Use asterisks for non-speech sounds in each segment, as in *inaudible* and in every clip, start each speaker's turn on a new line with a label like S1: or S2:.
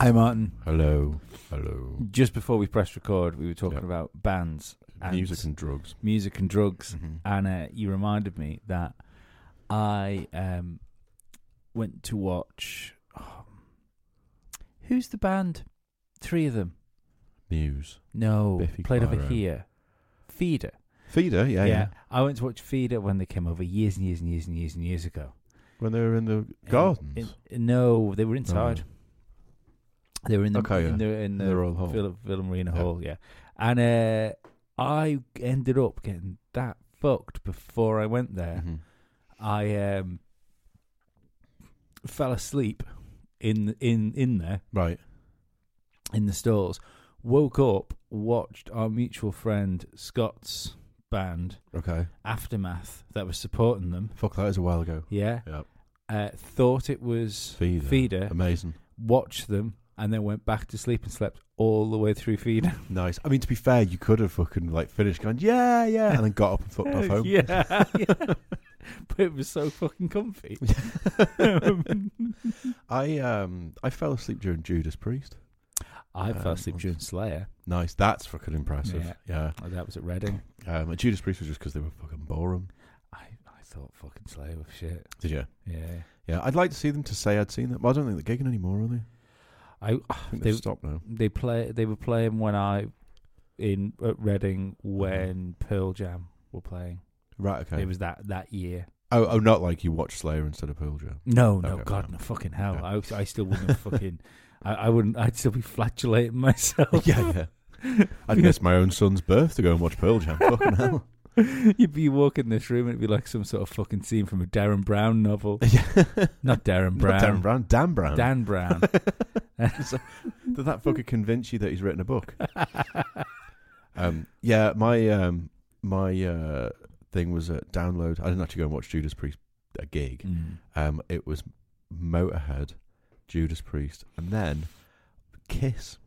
S1: Hi, Martin.
S2: Hello, hello.
S1: Just before we pressed record, we were talking
S2: Yeah.
S1: about bands and
S2: Music and drugs.
S1: music and drugs,
S2: Mhm.
S1: and uh, you reminded me that I um, went to watch. oh, who's the band? Three of them.
S2: Muse.
S1: No,
S2: Biffy
S1: played over
S2: Clyro.
S1: here. Feeder.
S2: Feeder, yeah, yeah,
S1: I went to watch Feeder when they came over years and years and years and years and years ago.
S2: When they were in the
S1: In-
S2: gardens.
S1: in- no, they were inside. They were in the
S2: Oh. Okay,
S1: in
S2: yeah.
S1: the in
S2: In
S1: the,
S2: the Royal Hall.
S1: Phil, Phil Marina
S2: Yeah.
S1: Hall, yeah. And uh, I ended up getting that fucked before I went there.
S2: Mhm.
S1: I um, fell asleep in in in there
S2: Right.
S1: in the stalls. Woke up, watched our mutual friend Scott's band
S2: Okay.
S1: Aftermath that was supporting them.
S2: Fuck, that was a while ago.
S1: Yeah.
S2: Yep.
S1: Uh, thought it was
S2: Feeder. Um,
S1: Feeder.
S2: Amazing.
S1: watched them, and then went back to sleep and slept all the way through feeder.
S2: Nice. I mean, to be fair, you could have fucking like finished going, yeah, yeah, and then got up and fucked off home.
S1: *laughs* yeah, yeah. *laughs* but it was so fucking *laughs* comfy.
S2: *laughs* I um, I fell asleep during Judas Priest.
S1: I fell
S2: Um,
S1: asleep during Slayer.
S2: Nice. That's fucking impressive. Yeah.
S1: Oh, that was at Reading.
S2: Um, and Judas Priest was just because they were fucking boring.
S1: *coughs* I, I thought fucking Slayer was shit.
S2: Did you?
S1: Yeah.
S2: Yeah. I'd like to see them to say I'd seen them, but I don't think they're gigging anymore, are they?
S1: I
S2: I think
S1: They-
S2: they've stopped now.
S1: they play they were playing when I in at Reading when Pearl Jam were playing.
S2: Right. Okay.
S1: It was that that year.
S2: Oh, oh, not like you watch Slayer instead of Pearl
S1: *laughs*
S2: Jam.
S1: No, no,
S2: Okay,
S1: God,
S2: fine.
S1: no, fucking hell.
S2: Yeah.
S1: I, I still wouldn't have fucking. I, I wouldn't. I'd still be flatulating *laughs* myself.
S2: yeah, yeah. *laughs* I'd miss my own son's birth to go and watch Pearl
S1: *laughs*
S2: Jam. Fucking hell.
S1: You'd be walking this room, it'd be like some sort of fucking scene from a Darren Brown *laughs* novel.
S2: Yeah.
S1: Not Darren Brown.
S2: *laughs* Not Darren Brown. Dan Brown.
S1: Dan
S2: *laughs*
S1: Brown. *laughs*
S2: Did that fucker convince you that he's written a book? um, yeah, my um, my uh, thing was a download. I didn't actually go and watch Judas Priest a gig.
S1: Mm.
S2: Um, it was Motorhead, Judas Priest, and then Kiss.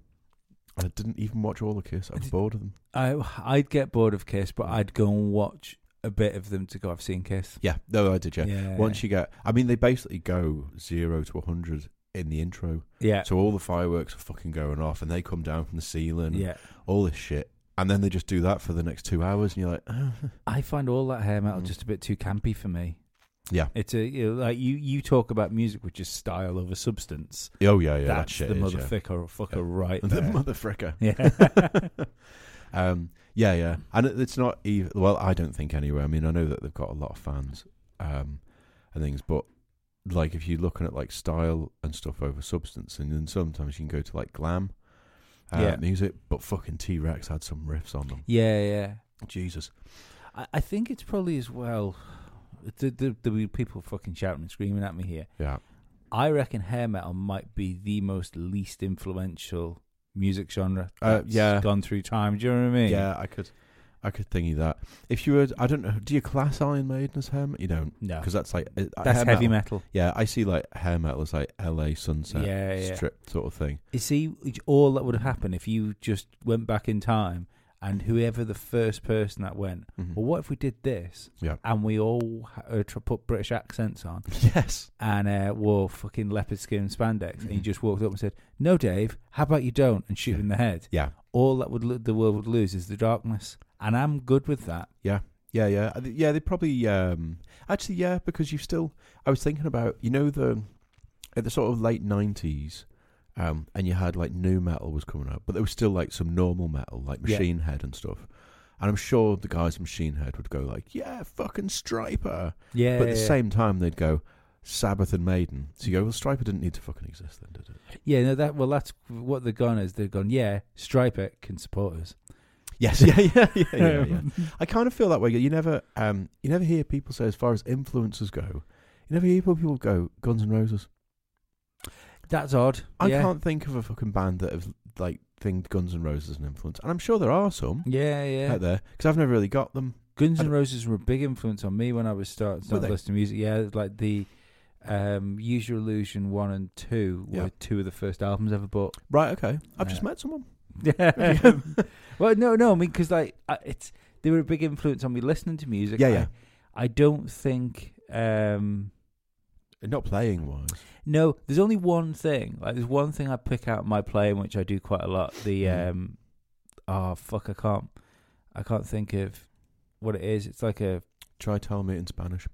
S2: And I didn't even watch all the Kiss. I was
S1: Did-
S2: bored of them.
S1: I, I'd get bored of Kiss, but I'd go and watch a bit of them to go, I've seen Kiss.
S2: Yeah, no, I did. Yeah. Once you get, I mean, they basically go zero to hundred in the intro.
S1: Yeah.
S2: So all the fireworks are fucking going off, and they come down from the ceiling.
S1: yeah.
S2: all this shit. And then they just do that for the next two hours, and you're like, oh.
S1: I find all that hair metal
S2: Mm.
S1: just a bit too campy for me.
S2: Yeah.
S1: It's a, you know, like, you, you talk about music, which is style over substance.
S2: oh yeah, yeah, that
S1: That's
S2: shit.
S1: the
S2: is, yeah.
S1: motherfucker fucker
S2: Yeah.
S1: right
S2: *laughs* the
S1: there.
S2: motherfucker.
S1: *laughs* yeah. *laughs*
S2: *laughs* Um, yeah, yeah, and it- it's not even. Well, I don't think anyway. I mean, I know that they've got a lot of fans um, and things, but like if you're looking at like style and stuff over substance, and then sometimes you can go to like glam uh,
S1: Yeah.
S2: music, but fucking T Rex had some riffs on them.
S1: yeah, yeah.
S2: Jesus,
S1: I, I think it's probably as well. The, the, the people fucking shouting and screaming at me here.
S2: yeah,
S1: I reckon hair metal might be the most least influential music genre
S2: Uh,
S1: that's
S2: yeah.
S1: gone through time. Do you know what I mean?
S2: yeah. I could, I could thingy that. If you were, I don't know, do you class Iron Maiden as hair? metal? You don't.
S1: No.
S2: because that's like uh,
S1: That's
S2: hair
S1: heavy
S2: metal.
S1: metal.
S2: Yeah, I see like hair metal as like L.A. sunset
S1: Yeah, yeah.
S2: strip sort of thing.
S1: You see, it's all that would have happened if you just went back in time and whoever the first person that went,
S2: Mm-hmm.
S1: well, what if we did this
S2: Yeah.
S1: and we all uh, tr- put British accents on
S2: Yes,
S1: and uh, wore fucking leopard skin spandex and you just walked up and said, no, Dave, how about you don't and shoot him in the head?
S2: Mm. yeah,
S1: All that would lo- the world would lose is the darkness. And I'm good with that.
S2: yeah, yeah, yeah, I thi- yeah. They probably um actually yeah because you still. I was thinking about you know the at the sort of late nineties. Um, and you had like new metal was coming up, but there was still like some normal metal, like
S1: Yeah.
S2: Machine Head and stuff. And I'm sure the guys at Machine Head would go like, "Yeah, fucking Striper,"
S1: Yeah.
S2: but at the same time they'd go Sabbath and Maiden. So you go, "Well, Striper didn't need to fucking exist then, did it?"
S1: Yeah, no, that well, that's what they've gone is they've gone. Yeah, Stripe it can support us.
S2: Yes, yeah, yeah, *laughs* yeah,
S1: *laughs*
S2: yeah, yeah. I kind of feel that way. You never, um, you never hear people say, as far as influencers go, you never hear people go Guns N' Roses.
S1: That's odd.
S2: I
S1: yeah.
S2: can't think of a fucking band that have like think Guns N' Roses is an influence, and I'm sure there are some
S1: Yeah, yeah.
S2: out there because I've never really got them.
S1: Guns
S2: I
S1: N'
S2: don't-
S1: Roses were a big influence on me when I was starting start
S2: they?
S1: listening to music. Yeah, like the um, Use Your Illusion one and two were
S2: Yeah.
S1: two of the first albums I ever bought.
S2: *laughs*
S1: *laughs*
S2: Right? Okay, I've
S1: Yeah.
S2: just met someone.
S1: Yeah. well, no, no, I mean because like I, it's they were a big influence on me listening to music.
S2: Yeah, yeah.
S1: I, I don't think um,
S2: Uh, Not playing wise.
S1: No, there's only one thing. Like there's one thing I pick out in my playing which I do quite a lot. The
S2: Mm.
S1: um oh fuck I can't I can't think of what it is. It's like a
S2: Try tell me it in Spanish.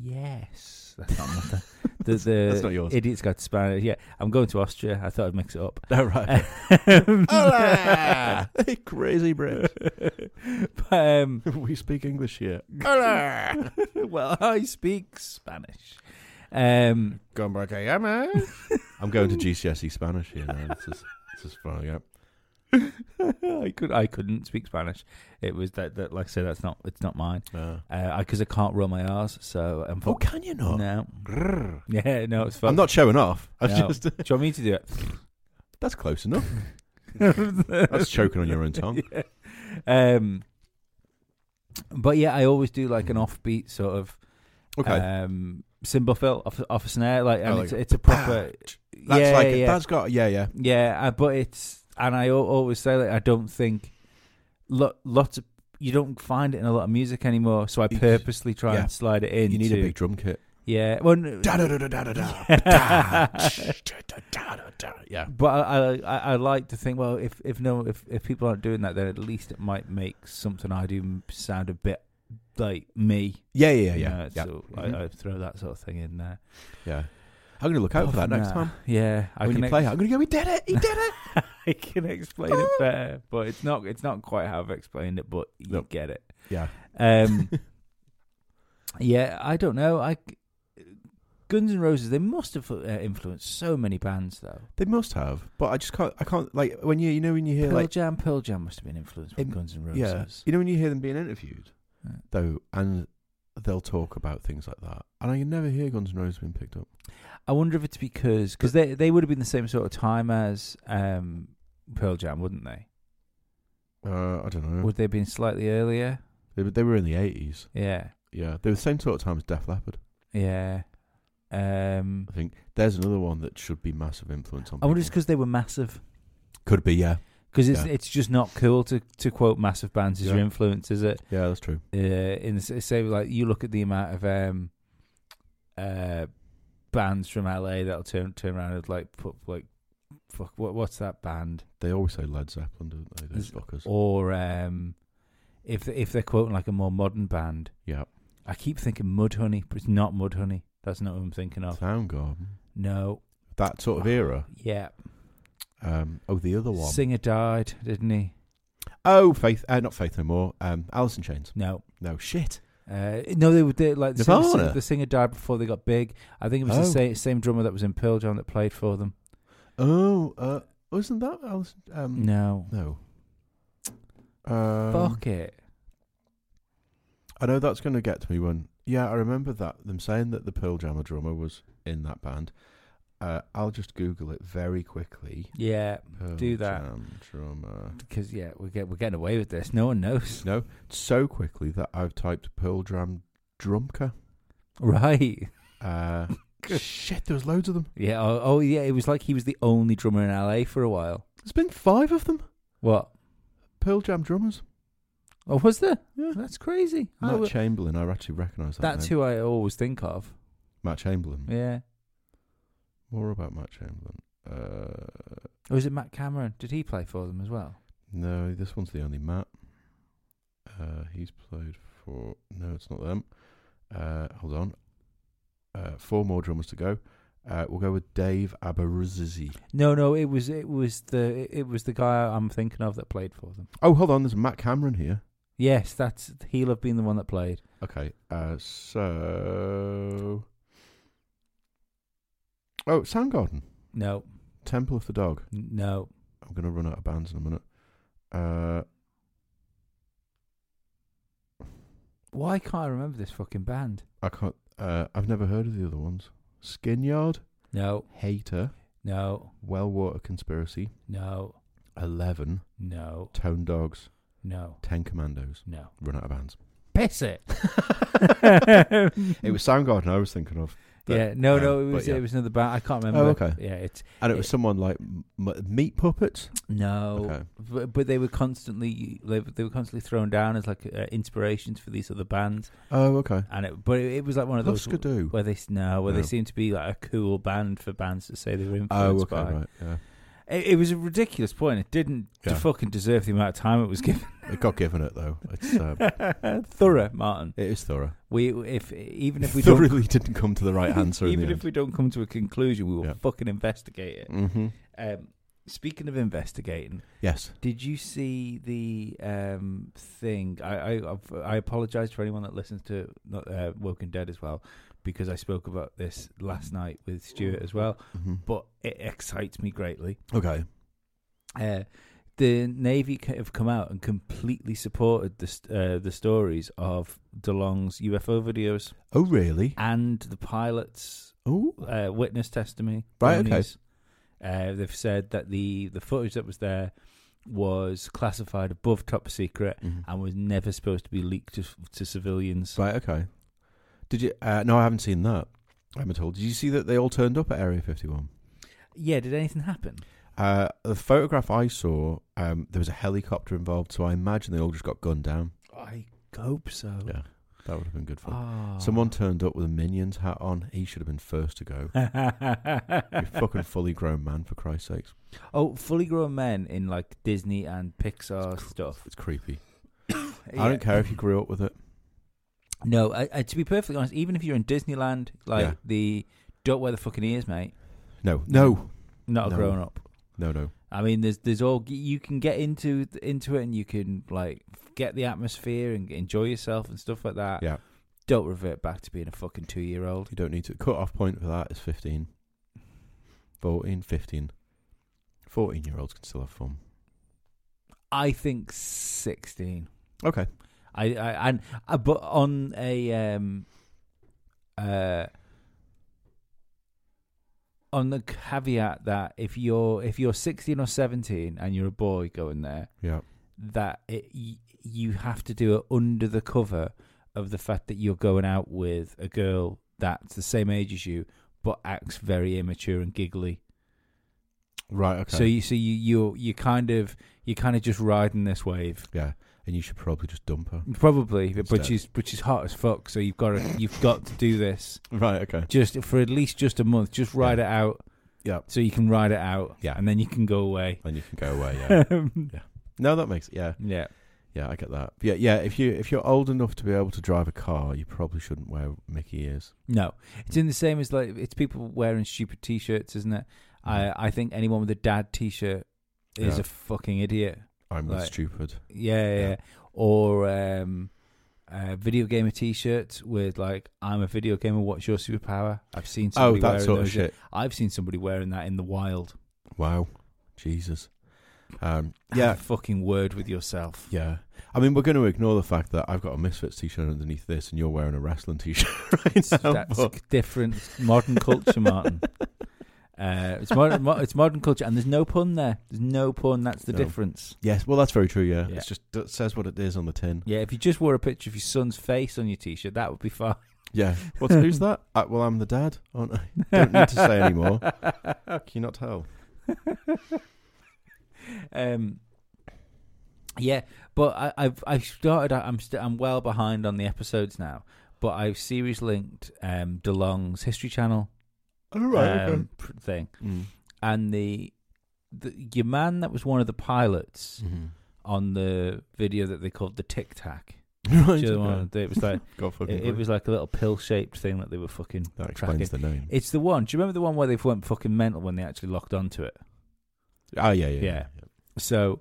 S1: yes. That's not my
S2: *laughs*
S1: thing. the, the
S2: That's not yours.
S1: Idiot's Guide to Spanish. Yeah. I'm going to Austria. I thought I'd mix it up. Um,
S2: All Oh, right. *laughs*
S1: *laughs*
S2: Hola! Crazy Brit.
S1: but um
S2: *laughs* we speak English here.
S1: *laughs* well I speak Spanish. Um
S2: I'm going to GCSE E Spanish here now. This is, this is fun. Yeah.
S1: *laughs* I could I couldn't speak Spanish. It was that, that like I say that's not it's not mine. because
S2: Uh,
S1: I, 'cause I can't roll my R's, so I'm
S2: oh,
S1: fucked.
S2: can you
S1: *laughs*
S2: not?
S1: No,
S2: Grrr.
S1: yeah, no, it's fine.
S2: I'm not showing off. I
S1: No.
S2: just *laughs*
S1: Do you want me to do
S2: That's close enough.
S1: it?
S2: *laughs*
S1: *laughs*
S2: That's choking on your own tongue.
S1: Yeah. Um, but yeah, I always do like an offbeat sort of
S2: Mm. Okay.
S1: um cymbal fill off, off a snare, like, and
S2: Oh,
S1: it's,
S2: like-
S1: it's a proper.
S2: That's
S1: yeah,
S2: like
S1: yeah,
S2: that's got yeah yeah.
S1: yeah. I, but it's and I al- always say like I don't think lo- lots of you don't find it in a lot of music anymore, so I
S2: It's-
S1: purposely try
S2: yeah.
S1: and slide it in.
S2: You need a big drum kit.
S1: yeah. Well, n-
S2: *laughs* Da da da da da da *laughs* da. Yeah.
S1: But I, I I like to think well if if no if, if people aren't doing that then at least it might make something I do sound a bit like me.
S2: Yeah yeah yeah
S1: you
S2: yeah.
S1: know,
S2: yeah.
S1: So I,
S2: Mhm.
S1: I throw that sort of thing in there.
S2: yeah. I'm gonna look out for
S1: Apart
S2: that
S1: from
S2: next time.
S1: Yeah, I
S2: when
S1: can
S2: you play it, I'm gonna go. He did it. He did it.
S1: *laughs* I can explain it better, but it's not it's not quite how I've explained it, but you
S2: Nope.
S1: get it.
S2: *laughs* yeah. *laughs*
S1: Um, yeah, I don't know. I Guns N' Roses they must have uh, influenced so many bands though.
S2: They must have, but I just can't. I can't like when you you know when you hear
S1: Pearl
S2: like
S1: Jam, Pearl Jam must have been influenced by
S2: Um,
S1: Guns N' Roses.
S2: yeah, you know when you hear them being interviewed
S1: Yeah.
S2: though, and they'll talk about things like that, and I can never hear Guns N' Roses being picked up.
S1: I wonder if it's because because they they would have been the same sort of time as um, Pearl Jam, wouldn't they?
S2: Uh, I don't know.
S1: Would they have been slightly earlier?
S2: They, were- they were in the eighties.
S1: Yeah,
S2: Yeah, they were the same sort of time as Def Leppard.
S1: yeah. Um,
S2: I think there's another one that should be massive influence on.
S1: I wonder
S2: people.
S1: it's because they were massive.
S2: Could be, yeah,
S1: Because it's
S2: Yeah.
S1: it's just not cool to, to quote massive bands as your
S2: Yeah.
S1: influence, is it?
S2: yeah, that's true.
S1: Uh, in the s- say like you look at the amount of um, uh, bands from LA that'll turn turn around and like put like fuck what what's that band?
S2: They always say Led Zeppelin, don't they? Those
S1: There's-
S2: fuckers.
S1: or um, if if they're quoting like a more modern band.
S2: Yeah.
S1: I keep thinking Mudhoney, but it's not Mudhoney. That's not who I'm thinking of.
S2: Soundgarden,
S1: No,
S2: that sort of era.
S1: yeah,
S2: Um, oh, the other one.
S1: singer died, didn't he?
S2: Oh, Faith, uh, not Faith No More. Um, Alice in Chains.
S1: No,
S2: No shit.
S1: uh, no, they were they, like the singer,
S2: Nirvana?
S1: the singer died before they got big. I think it was the
S2: Oh.
S1: same, same drummer that was in Pearl Jam that played for them.
S2: Oh, uh, wasn't that Alice? Um,
S1: No,
S2: no. Um,
S1: fuck it.
S2: I know that's going to get to me when. Yeah, I remember that them saying that the Pearl Jammer drummer was in that band. Uh, I'll just Google it very quickly.
S1: Yeah,
S2: Pearl
S1: Do that.
S2: Jam drummer.
S1: because yeah, we get we're getting away with this. No one knows, *laughs*
S2: No, so quickly that I've typed Pearl Jam drumka.
S1: right? *laughs*
S2: Uh, shit, there was loads of them.
S1: Yeah. Oh, oh, yeah. It was like he was the only drummer in LA for a while.
S2: There's been five of them.
S1: What?
S2: Pearl Jam drummers.
S1: Oh, was there?
S2: Yeah.
S1: That's crazy. I
S2: Matt
S1: would-
S2: Chamberlain, I actually recognise that.
S1: Oh, that's
S2: name.
S1: who I always think of.
S2: Matt Chamberlain.
S1: Yeah.
S2: More about Matt Chamberlain. Uh,
S1: Or is it Matt Cameron? Did he play for them as well?
S2: no, this one's the only Matt. Uh, he's played for. No, it's not them. Uh, hold on. Uh, four more drummers to go. Uh, we'll go with Dave Aberuzzi.
S1: No, no. It was it was the it was the guy I'm thinking of that played for them.
S2: Oh, hold on. There's Matt Cameron here.
S1: Yes, that's he'll have been the one that played.
S2: Okay. Uh, so. Oh, Soundgarden.
S1: No,
S2: Temple of the Dog.
S1: n- no.
S2: I'm gonna run out of bands in a minute. Uh,
S1: Why can't I remember this fucking band?
S2: I can't. Uh, I've never heard of the other ones. Skinyard,
S1: No,
S2: Hater,
S1: no,
S2: Well Water Conspiracy,
S1: no,
S2: Eleven,
S1: no,
S2: Tone Dogs,
S1: no,
S2: Ten Commandos.
S1: no.
S2: Run out of bands.
S1: *laughs* Piss it.
S2: It was Soundgarden I was thinking of. that-
S1: yeah, no,
S2: um,
S1: no, it
S2: but
S1: was
S2: yeah. Oh,
S1: it was another band. I can't remember.
S2: okay.
S1: Yeah, it's
S2: and it was someone like m- m- meat puppets.
S1: no,
S2: Okay.
S1: but, but they were constantly they, were- they were constantly thrown down as like uh, inspirations for these other bands.
S2: Oh, okay.
S1: And it, but it, it was like one of those
S2: Huskadoo.
S1: where they s- no, where they
S2: No.
S1: seemed to be like a cool band for bands to say they were
S2: Oh,
S1: influenced
S2: okay,
S1: by.
S2: right. Yeah.
S1: It, it was a ridiculous point. It didn't
S2: Yeah.
S1: fucking deserve the amount of time it was given.
S2: It got given it though. It's
S1: *laughs*
S2: um,
S1: Thorough, Martin.
S2: it is thorough.
S1: We if even
S2: *laughs*
S1: if we don't
S2: thoroughly didn't come to the
S1: *laughs*
S2: right answer.
S1: even
S2: in the
S1: if we don't come to a conclusion, we will
S2: Yeah.
S1: fucking investigate it.
S2: Mm-hmm.
S1: Um, speaking of investigating,
S2: Yes.
S1: did you see the um, thing? I I, I've- I apologize for anyone that listens to not, uh, Woken Dead as well, because I spoke about this last night with Stuart as well.
S2: hmm
S1: But it excites me greatly.
S2: Okay.
S1: Uh, the Navy c- have come out and completely supported the st- uh, the stories of DeLong's UFO videos
S2: Oh, really?
S1: and the pilots
S2: Oh,
S1: uh, witness testimony.
S2: Right, okay.
S1: Tony's. Uh, they've said that the, the footage that was there was classified above top secret and was never supposed to be leaked to, to civilians.
S2: right. Okay. Did you? Uh, no, I haven't seen that. I haven't told. Did you see that they all turned up at Area Fifty One?
S1: Yeah, did anything happen?
S2: Uh, the photograph I saw, um, there was a helicopter involved, so I imagine they all just got gunned down.
S1: I hope so.
S2: Yeah. That would have been good fun.
S1: Ah.
S2: Someone
S1: *laughs*
S2: turned up with a Minions hat on. He should have been first to go. You fucking fully grown man, for Christ's sakes.
S1: oh, fully grown men in like Disney and Pixar stuff.
S2: It's creepy.
S1: Yeah.
S2: I don't care if you grew up with it.
S1: No, I, I, to be perfectly honest, even if you're in Disneyland, like
S2: Yeah.
S1: the don't wear the fucking ears, mate.
S2: No, no,
S1: Not a
S2: No.
S1: grown up.
S2: no, no.
S1: I mean, there's there's all you can get into into it, and you can like get the atmosphere and enjoy yourself and stuff like that.
S2: Yeah.
S1: Don't revert back to being a fucking two year old.
S2: You don't need to. Cut off point for that is 15. 14, 15. 14 year olds can still have fun.
S1: I think sixteen.
S2: Okay.
S1: I, I and uh, but on a um uh on the caveat that if you're if you're sixteen or seventeen and you're a boy going there,
S2: Yeah.
S1: that it, y- you have to do it under the cover of the fact that you're going out with a girl that's the same age as you but acts very immature and giggly.
S2: Right, okay.
S1: So you so you you you kind of you kind of just riding this wave.
S2: yeah. And you should probably just dump her.
S1: Probably, but, but
S2: Instead.
S1: she's but she's hot as fuck. So you've got to you've got to do this
S2: *laughs* Right, okay.
S1: just for at least just a month. Just ride it out.
S2: Yeah.
S1: So you can ride it out.
S2: Yeah.
S1: And then you can go away.
S2: And you can go away, yeah. *laughs*
S1: Yeah. *laughs*
S2: no, that makes yeah.
S1: yeah.
S2: Yeah, I get that. Yeah, yeah, if you if you're old enough to be able to drive a car, you probably shouldn't wear Mickey ears.
S1: No, it's in the same as like it's people wearing stupid t-shirts, isn't it? I I think anyone with a dad t-shirt is
S2: Mm-hmm. Yeah.
S1: a fucking idiot.
S2: I'm not
S1: Right.
S2: stupid.
S1: Yeah, yeah.
S2: Yeah.
S1: yeah. Or um, uh, video gamer t-shirts with like "I'm a video gamer. What's your superpower?" I've seen
S2: Oh,
S1: somebody
S2: that
S1: wearing
S2: sort of
S1: those.
S2: shit.
S1: I've seen somebody wearing that in the wild.
S2: Wow. Jesus. *laughs* Um
S1: Have
S2: yeah,
S1: a fucking word with
S2: *laughs*
S1: yourself.
S2: yeah. I mean, we're going to ignore the fact that I've got a Misfits t-shirt underneath this and you're wearing a wrestling t-shirt right now.
S1: That's
S2: but-
S1: different modern culture,
S2: *laughs*
S1: Martin. Uh, it's modern, mo- it's modern culture, and there's no pun there. There's no pun. That's the
S2: No.
S1: difference.
S2: Yes, well, that's very true. Yeah,
S1: Yeah.
S2: it's just it says what it is on the tin.
S1: Yeah, if you just wore a picture of your son's face on your t-shirt, that would be *laughs* fine.
S2: Yeah, *laughs* what's who's that? Uh, well, I'm the dad, aren't I? *laughs* Don't need to say *laughs* anymore. Can you not tell?
S1: Um, yeah, but I, I've I started. I'm st- I'm well behind on the episodes now, but I've series linked um, DeLong's History Channel
S2: Oh
S1: um, pr- thing
S2: Mm. *laughs*
S1: and the, the your man that was one of the pilots on the video that they called the Tic Tac. Do
S2: Right,
S1: you know the
S2: Oh, okay.
S1: one that It was like
S2: God *laughs* fucking.
S1: it, it was like a little pill shaped thing that they were fucking
S2: that
S1: tracking.
S2: explains the name.
S1: It's the one. Do you remember the one where they went fucking mental when they actually locked onto it?
S2: oh yeah, yeah,
S1: Yeah. So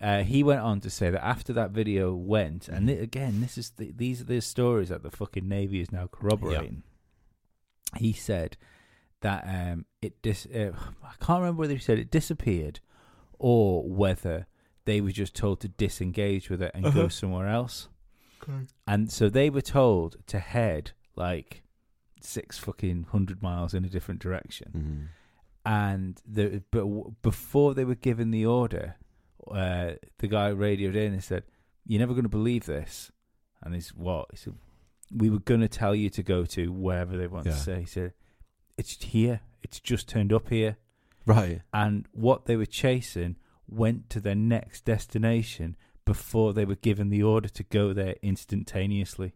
S1: uh, he went on to say that after that video went, and thi- again, this is the, these are the stories that the fucking navy is now corroborating. He said that um, it dis- uh, I can't remember whether he said it disappeared or whether they were just told to disengage with it and go
S2: Uh-huh.
S1: somewhere else.
S2: Okay.
S1: And so they were told to head like six fucking hundred miles in a different direction
S2: Mhm.
S1: and the but w- before they were given the order, uh, the guy radioed in and said, "You're never going to believe this." And he's what? He said, we were going to tell you to go to wherever they want
S2: Yeah.
S1: to say. He said, it's here. It's just turned up here.
S2: Right.
S1: And what they were chasing went to their next destination before they were given the order to go there instantaneously.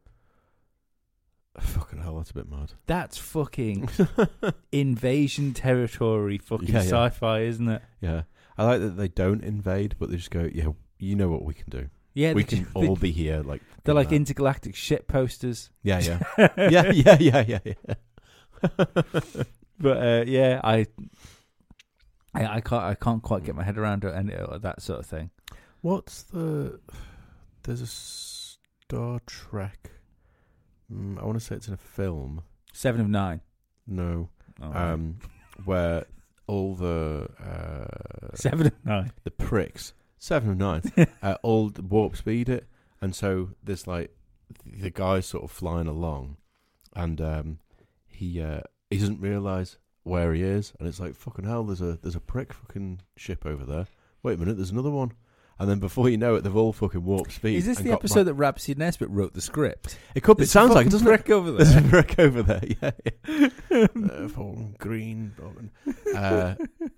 S2: Fucking hell, that's a bit mad.
S1: That's fucking
S2: *laughs*
S1: invasion territory, fucking
S2: Yeah, yeah.
S1: sci-fi, isn't it?
S2: yeah. I like that they don't invade, but they just go, yeah, you know what we can do.
S1: Yeah,
S2: we
S1: they
S2: can
S1: do-
S2: all be here. Like
S1: They're like
S2: now.
S1: intergalactic shit posters.
S2: Yeah, yeah. Oh,
S1: *laughs*
S2: yeah, yeah, yeah, yeah, yeah. *laughs*
S1: But uh, yeah, I, I, I can't, I can't quite get my head around it and uh, that sort of thing.
S2: What's the. There's a Star Trek. Mm, I want to say it's in a film.
S1: Seven of nine.
S2: No.
S1: Oh.
S2: Um, where all the. Uh,
S1: Seven of nine.
S2: the pricks. Seven of nine.
S1: *laughs*
S2: uh, all warp speed it, and so there's like th- the guy's sort of flying along, and um, he uh, he doesn't realize where he is, and it's like fucking hell. There's a there's a prick fucking ship over there. Wait a minute, there's another one, and then before you know it, they've all fucking warp speed.
S1: Is this
S2: and
S1: the
S2: got
S1: episode
S2: ra-
S1: that Rhapsody Nesbitt wrote the script?
S2: it could. be- It sounds like it doesn't. it?
S1: prick over
S2: *laughs* There's a
S1: there.
S2: prick over there. Yeah. yeah. uh, fucking green. fucking- Uh,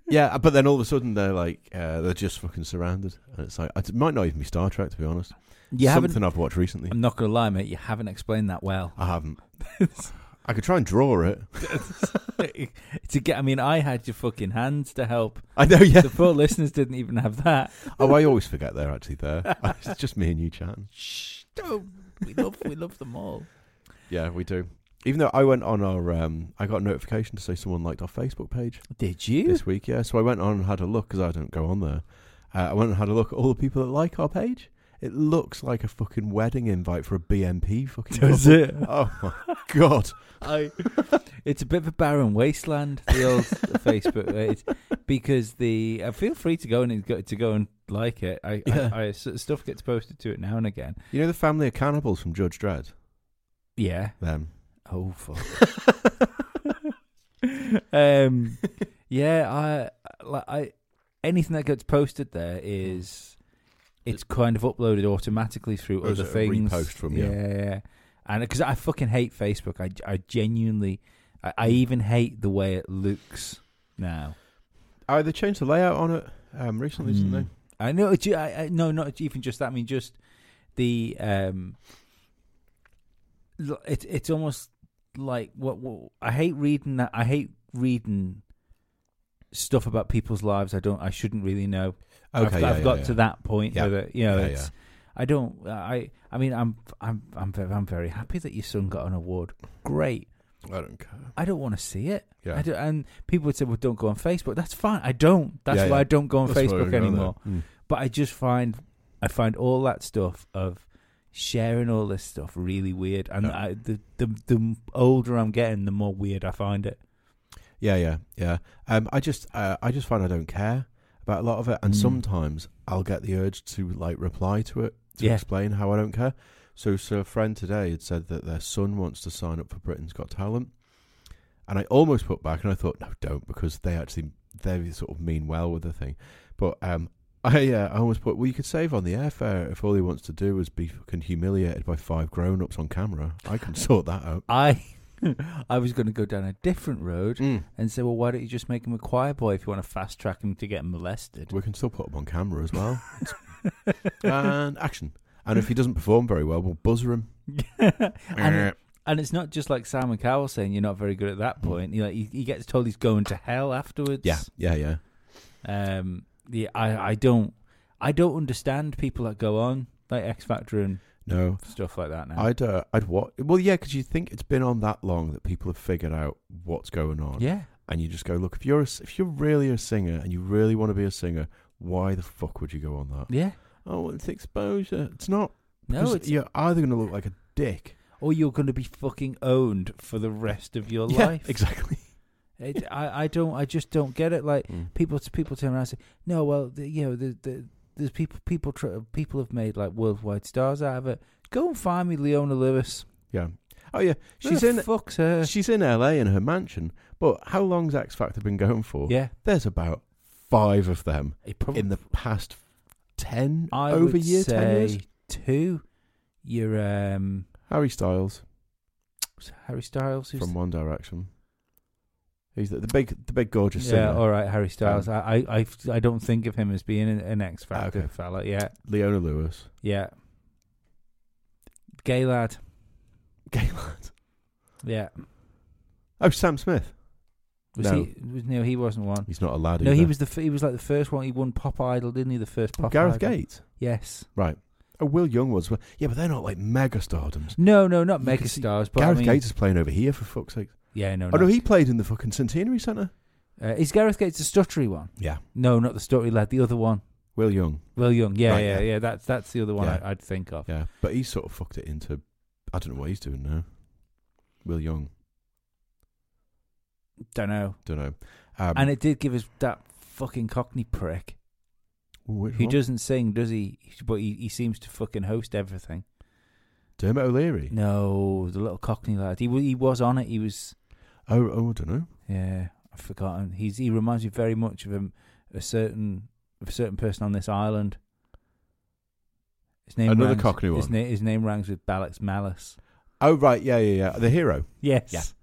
S2: yeah, but then all of a sudden they're like uh, they're just fucking surrounded, and it's like it might not even be Star Trek to be honest.
S1: you haven't.
S2: Something I've watched recently.
S1: I'm not gonna lie, mate. You haven't explained that well. *laughs*
S2: I haven't. I could try and draw it.
S1: to get, I mean, I had your fucking hands to help.
S2: I know. *laughs* Yeah.
S1: The poor listeners didn't even have that.
S2: Oh, I always forget they're actually *laughs* there. it's just me and you chatting.
S1: Shh, don't. We love, we love them all.
S2: Yeah, we do. Even though I went on our, um, I got a notification to say someone liked our Facebook page
S1: Did you?
S2: this week. Yeah, so I went on and had a look because I don't go on there. Uh, I went and had a look at all the people that like our page. It looks like a fucking wedding invite for a BMP
S1: *laughs*
S2: fucking.
S1: Does
S2: couple.
S1: it?
S2: Oh my *laughs* god!
S1: I. It's a bit of a barren wasteland. The old Facebook
S2: *laughs*
S1: page, because the uh, feel free to go and go, to go and like it. I,
S2: Yeah.
S1: I, I s- stuff gets posted to it now and again.
S2: You know the family of cannibals from Judge Dredd.
S1: Yeah.
S2: *laughs* Them.
S1: Oh fuck. um. Yeah. I like I. Anything that gets posted there is, it's kind of uploaded automatically through
S2: Or is
S1: other
S2: it a
S1: things.
S2: repost from you?
S1: yeah, yeah. yeah. And because I fucking hate Facebook, I I genuinely, I, I even hate the way it looks now.
S2: Oh, they changed the layout on it um, recently, didn't
S1: Mm.
S2: they?
S1: I know. it's- I, I, no, not even just that. I mean, just the um, l- it, it's almost like what, what I hate reading that. I hate reading stuff about people's lives. I don't. I shouldn't really know. I've,
S2: Hmm. yeah,
S1: I've
S2: yeah,
S1: got
S2: yeah.
S1: to that point
S2: Yeah.
S1: with it. You know,
S2: Yeah,
S1: it's,
S2: yeah.
S1: I don't. I. I mean, I'm. I'm. I'm. ve- I'm very happy that your son got an award. Great.
S2: I don't care.
S1: I don't want to see it.
S2: Yeah.
S1: I don't, and people would say, "Well, don't go on Facebook." That's fine. I don't. That's
S2: Yeah,
S1: why
S2: yeah.
S1: I don't go on
S2: That's why
S1: Facebook
S2: we're going
S1: anymore
S2: there. Mm.
S1: but I just find I find all that stuff of sharing all this stuff really weird, and
S2: Yeah.
S1: I, the the the older I'm getting, the more weird I find it.
S2: Yeah, yeah, yeah. Um, I just, uh, I just find I don't care about a lot of it, and
S1: Mm.
S2: sometimes I'll get the urge to like reply to it to
S1: Yeah.
S2: explain how I don't care. So, so a friend today had said that their son wants to sign up for Britain's Got Talent, and I almost put back, and I thought, no, don't, because they actually they sort of mean well with the thing. But um, *laughs* I, uh, I almost put, well, you could save on the airfare if all he wants to do is be fucking humiliated by five grown-ups on camera. I
S1: *laughs*
S2: can sort that out.
S1: I *laughs* I was going to go down a different road
S2: Mm.
S1: and say, well, why don't you just make him a choir boy if you want to fast track him to get molested?
S2: We can still put him on camera as well. and action. And if he doesn't perform very well, we'll buzzer him.
S1: and, *laughs* and it's not just like Simon Cowell saying you're not very good at that point. You know, he, he gets told he's going to hell afterwards.
S2: Mm. yeah, yeah, yeah.
S1: Um. Yeah. I, I don't. I don't understand people that go on like X Factor and
S2: No,
S1: stuff like that now.
S2: I'd, uh, I'd watch. Well, yeah, because you think it's been on that long that people have figured out what's going on,
S1: yeah.
S2: and you just go, look, if you're a s if you're really a singer and you really want to be a singer, why the fuck would you go on that?
S1: Yeah.
S2: Oh, it's exposure. It's not.
S1: No,
S2: because
S1: it's
S2: you're either going to look like a dick.
S1: or you're going to be fucking owned for the rest of your
S2: *laughs* Yeah,
S1: life. *laughs*
S2: exactly. Mm.
S1: It, I I don't I just don't get it. Like people people turn around and say, no, well, the, you know, the the there's people people tr- people have made like worldwide stars out of it. Go and find me Leona Lewis.
S2: Yeah. Oh yeah,
S1: Who
S2: she's
S1: the
S2: in
S1: Fucks her.
S2: she's in LA in her mansion. But how long's X Factor been going for?
S1: yeah.
S2: There's about five of them
S1: It probably
S2: in the past ten
S1: I
S2: over
S1: would
S2: year
S1: say
S2: ten years.
S1: two. Your um
S2: Harry Styles,
S1: Harry Styles? Who's
S2: from One Direction. Who's the, the big, the big gorgeous
S1: yeah,
S2: singer?
S1: all right, Harry Styles. I, I, I, I don't think of him as being an, an X
S2: Um, Ah,
S1: Factor
S2: okay.
S1: fella. Yeah,
S2: Leona Lewis, *laughs*
S1: yeah. Gay lad.
S2: Gaylord.
S1: Yeah.
S2: Oh, Sam Smith.
S1: Was
S2: No.
S1: he? Was, no, he wasn't one.
S2: He's not a lad.
S1: No, he
S2: either.
S1: was the. f- He was like the first one. He won Pop Idol, didn't he? The first
S2: Oh,
S1: Pop.
S2: Gareth
S1: Idol.
S2: Gates.
S1: Yes.
S2: Oh, Will Young was. well, Yeah, but they're not like mega stardoms.
S1: No, no, not
S2: You can see
S1: megastars. But
S2: Gareth
S1: I mean,
S2: Gates is playing over here for fuck's sake.
S1: Yeah, no.
S2: Oh no,
S1: no.
S2: he played in the fucking Centenary Centre.
S1: Uh, is Gareth Gates the stuttery one?
S2: Yeah,
S1: No, not the stuttery lad. The other one,
S2: Will Young.
S1: Will Young. Yeah,
S2: Right,
S1: yeah,
S2: yeah.
S1: yeah, That's that's the other one
S2: Yeah.
S1: I, I'd think of.
S2: Yeah, but he sort of fucked it into. I don't know what he's doing now. Will Young,
S1: Don't know.
S2: don't know. Um,
S1: And it did give us that fucking Cockney prick
S2: which
S1: who
S2: one?
S1: doesn't sing, does he? But he, he seems to fucking host everything.
S2: Dermot O'Leary.
S1: No, the little Cockney lad. He wa- he was on it. He was.
S2: Oh, oh, I don't know.
S1: Yeah, I've forgotten. He's he reminds me very much of a, a certain of a certain person on this island. His name
S2: Another
S1: rangs-
S2: Cockney
S1: His,
S2: one.
S1: na- his name rangs with Balex Malice.
S2: Oh right, yeah, yeah, yeah. The hero.
S1: Yes.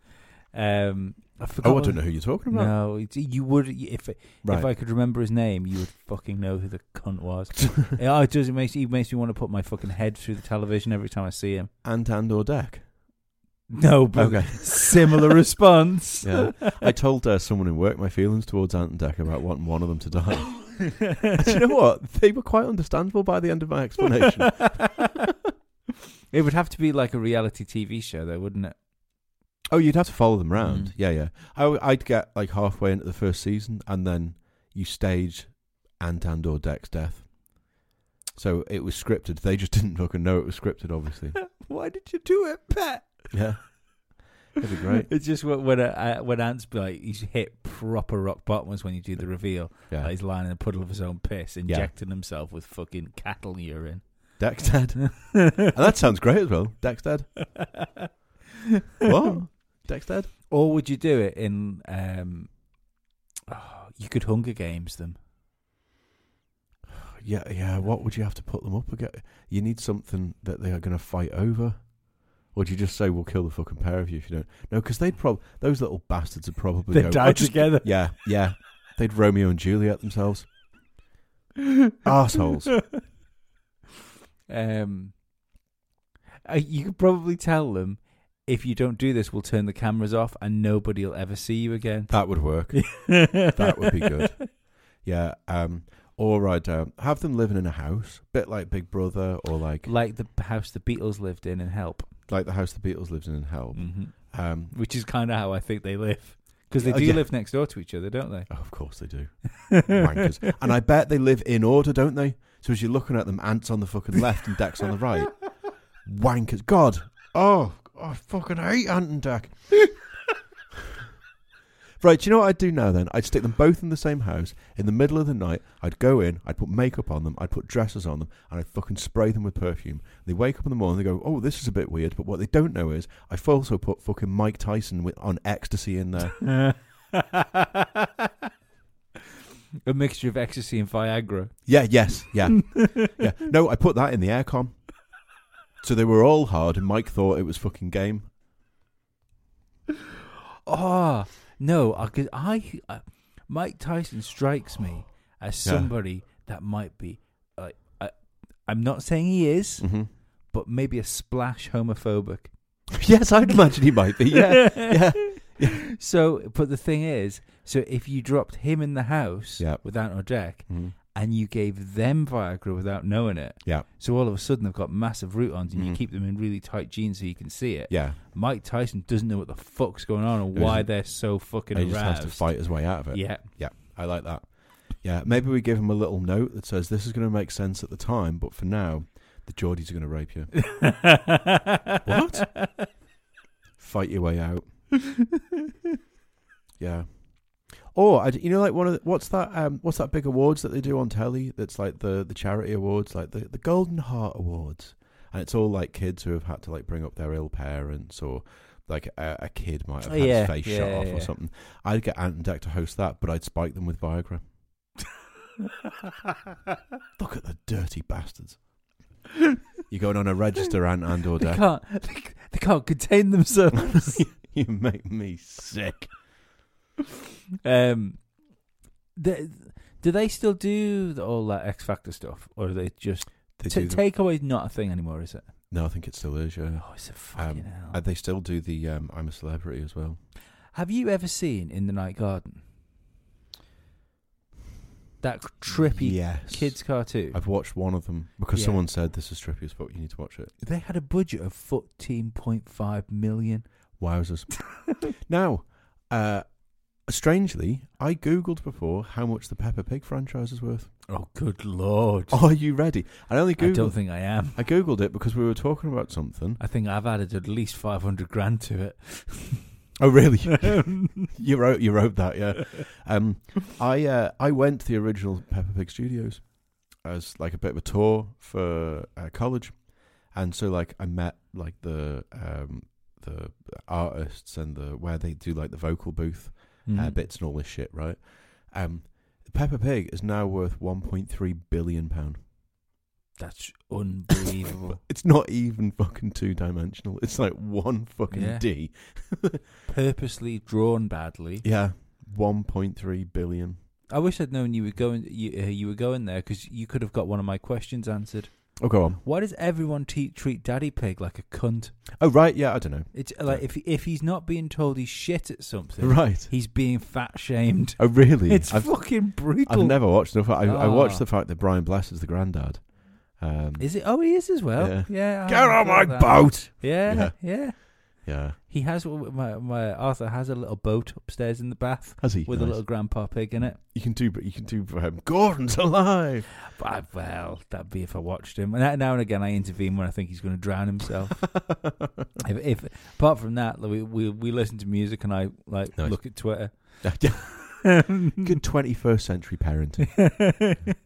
S1: Um, I forgot.
S2: Oh, I
S1: what-
S2: don't know who you're talking about.
S1: No, it's, you would if if
S2: Right.
S1: I could remember his name, you would fucking know who the cunt was. *laughs*
S2: *laughs*
S1: oh, it does. It makes he makes me want to put my fucking head through the television every time I see him.
S2: Ant and or Deck.
S1: No, but
S2: Okay.
S1: similar response.
S2: *laughs* Yeah.
S1: *laughs*
S2: I told uh, someone in work my feelings towards Ant and Deck about wanting one of them
S1: *laughs*
S2: to die. Do you know what? They were quite understandable by the end of my explanation.
S1: *laughs* it would have to be like a reality TV show, though, wouldn't it?
S2: oh, you'd have to follow them round.
S1: Mm.
S2: Yeah, yeah. I, w- I'd get like halfway into the first season, and then you stage Ant and or Deck's death. So it was scripted. They just didn't fucking know it was scripted, obviously.
S1: Why did you do it, Pat?
S2: yeah. That'd be great.
S1: It's just when when, uh, uh, when Ant's like he's hit proper rock bottom was when you do the reveal.
S2: Yeah.
S1: Like he's lying in a puddle of his own piss, injecting himself with fucking cattle
S2: *laughs*
S1: urine.
S2: Deck's dead.
S1: *laughs*
S2: And that sounds great as well. Deck's dead. What? Deck's dead?
S1: Or would you do it in? Um, oh, you could Hunger Games them.
S2: Yeah, yeah. What would you have to put them up against? You need something that they are going to fight over. Or do you just say we'll kill the fucking pair of you if you don't? No, because they'd probably those little bastards would probably
S1: They
S2: go,
S1: die
S2: "Oh, just-
S1: together.
S2: *laughs* Yeah, yeah. They'd Romeo and Juliet themselves. Assholes.
S1: Um, uh, you could probably tell them if you don't do this, we'll turn the cameras off and nobody will ever see you
S2: *laughs*
S1: again.
S2: That would work.
S1: that
S2: would be good. Yeah. Um. Or I'd um, have them living in a house, bit like Big Brother, or
S1: *laughs*
S2: like
S1: Like the house the Beatles lived in in Help,
S2: like the house the Beatles lived in in Hell. Um.
S1: which is kind of how I think they live because they
S2: Oh,
S1: do
S2: yeah.
S1: live next door to each other, don't they?
S2: Oh, of course they do. Wankers. And I bet they live in order, don't they? So as you're looking at them, ants on the fucking left and Deck's on the right. Wankers. God. Oh, I fucking hate Ant and Deck. right, do you know what I'd do now then? I'd stick them both in the same house in the middle of the night. I'd go in, I'd put makeup on them, I'd put dresses on them, and I'd fucking spray them with perfume. They wake up in the morning, they go, oh, this is a bit weird. But what they don't know is I've also put fucking Mike Tyson with, on ecstasy in there. *laughs*
S1: A mixture of ecstasy and Viagra.
S2: Yeah, yes, yeah. yeah. No, I put that in the aircon. So they were all hard, and Mike thought it was fucking game.
S1: Oh no! I, 'cause I, I Mike Tyson strikes me as
S2: Yeah.
S1: somebody that might be. Like, I, I'm not saying he is,
S2: Mm-hmm.
S1: but maybe a splash homophobic.
S2: *laughs* yes, I'd imagine he might
S1: *laughs*
S2: be. *laughs* Yeah, yeah.
S1: So, but the thing is, so if you dropped him in the house
S2: Yeah.
S1: without a deck,
S2: Mhm.
S1: and you gave them Viagra without knowing it,
S2: Yeah.
S1: So all of a sudden they've got massive root ons, and you
S2: Mhm.
S1: keep them in really tight jeans so you can see it.
S2: Yeah,
S1: Mike Tyson doesn't know what the fuck's going on and
S2: It was-
S1: why they're so fucking
S2: he just has
S1: aroused.
S2: to fight his way out of it.
S1: Yeah.
S2: I like that. Yeah, maybe we give him a little note that says this is going to make sense at the time, but for now, the Geordies are going to rape you.
S1: what?
S2: Fight your
S1: *laughs*
S2: way out. Yeah. Or I'd, you know, like one of the, what's that? Um, what's that big awards that they do on telly? That's like the the charity awards, like the the Golden Heart Awards, and it's all like kids who have had to like bring up their ill parents, or like a, a kid might have
S1: Oh,
S2: had
S1: yeah,
S2: his face
S1: yeah,
S2: shot off
S1: yeah.
S2: or something. I'd get Ant and Deck to host that, but I'd spike them with Viagra.
S1: *laughs*
S2: Look at the dirty bastards. You're going on a register and and
S1: *laughs*
S2: or
S1: They
S2: death.
S1: can't. They, they can't contain *laughs* themselves.
S2: *laughs* you make me sick.
S1: um, the, do they still do the, all that X Factor stuff, or are they just
S2: They
S1: t-
S2: do the-
S1: takeaway's not a thing anymore? Is it?
S2: no, I think it still is. Yeah,
S1: Oh, it's a fucking hell.
S2: Uh, they still do the um, "I'm a Celebrity" as well.
S1: Have you ever seen In the Night Garden? That trippy
S2: yes.
S1: kids cartoon.
S2: I've watched one of them because
S1: Yeah.
S2: someone said this is trippy as fuck. You need to watch it.
S1: they had a budget of fourteen point five million.
S2: Wowzers. now, uh, strangely, I googled before how much the Peppa Pig franchise is worth.
S1: *laughs* Oh, good lord!
S2: Are you ready? I only
S1: I
S2: googled. I,
S1: don't think I am.
S2: googled it because we were talking about something.
S1: I think I've added at least five hundred grand to
S2: *laughs*
S1: it. Mm.
S2: Oh, really? you wrote you wrote that, yeah. *laughs* Um, I uh, I went to the original Peppa Pig Studios as like a bit of a tour for uh, college, and so like I met like the um, the artists and the where they do like the vocal booth
S1: Mm-hmm.
S2: uh, bits and all this shit, right? Um, Peppa Pig is now worth 1.3 billion pound.
S1: That's
S2: *laughs*
S1: unbelievable.
S2: It's not even fucking two dimensional. It's like one fucking
S1: Yeah.
S2: D. *laughs*
S1: Purposely drawn badly.
S2: Yeah, 1.3 billion.
S1: I wish I'd known you were going. You, uh, you were going there because you could have got one of my questions answered.
S2: Oh, go on.
S1: Why does everyone te- treat Daddy Pig like a cunt?
S2: Oh, right. Yeah, I don't know.
S1: It's uh, like if if he's not being told he's shit at something,
S2: *laughs* Right.
S1: he's being fat shamed.
S2: Oh, really?
S1: It's
S2: I've,
S1: fucking brutal.
S2: I've never watched enough. I, I watched
S1: Ah.
S2: the fact that Brian Bless is the granddad. Um,
S1: Is it? Oh, he is as well.
S2: Yeah.
S1: Yeah. I
S2: Get
S1: hadn't
S2: on my
S1: thought of that.
S2: boat!
S1: Yeah, yeah,
S2: Yeah.
S1: He has my my Arthur has a little boat upstairs in the bath
S2: Has he?
S1: with a
S2: Nice.
S1: little grandpa pig in it.
S2: You can do, you can do, um, Gordon's *laughs* alive!
S1: But I, well, that'd be if I watched him. And that- now and again, I intervene when I think he's going to drown himself. *laughs* if, if apart from that, like, we, we we listen to music and I like
S2: Nice.
S1: look at *laughs* Twitter.
S2: Good 21st century parenting. *laughs*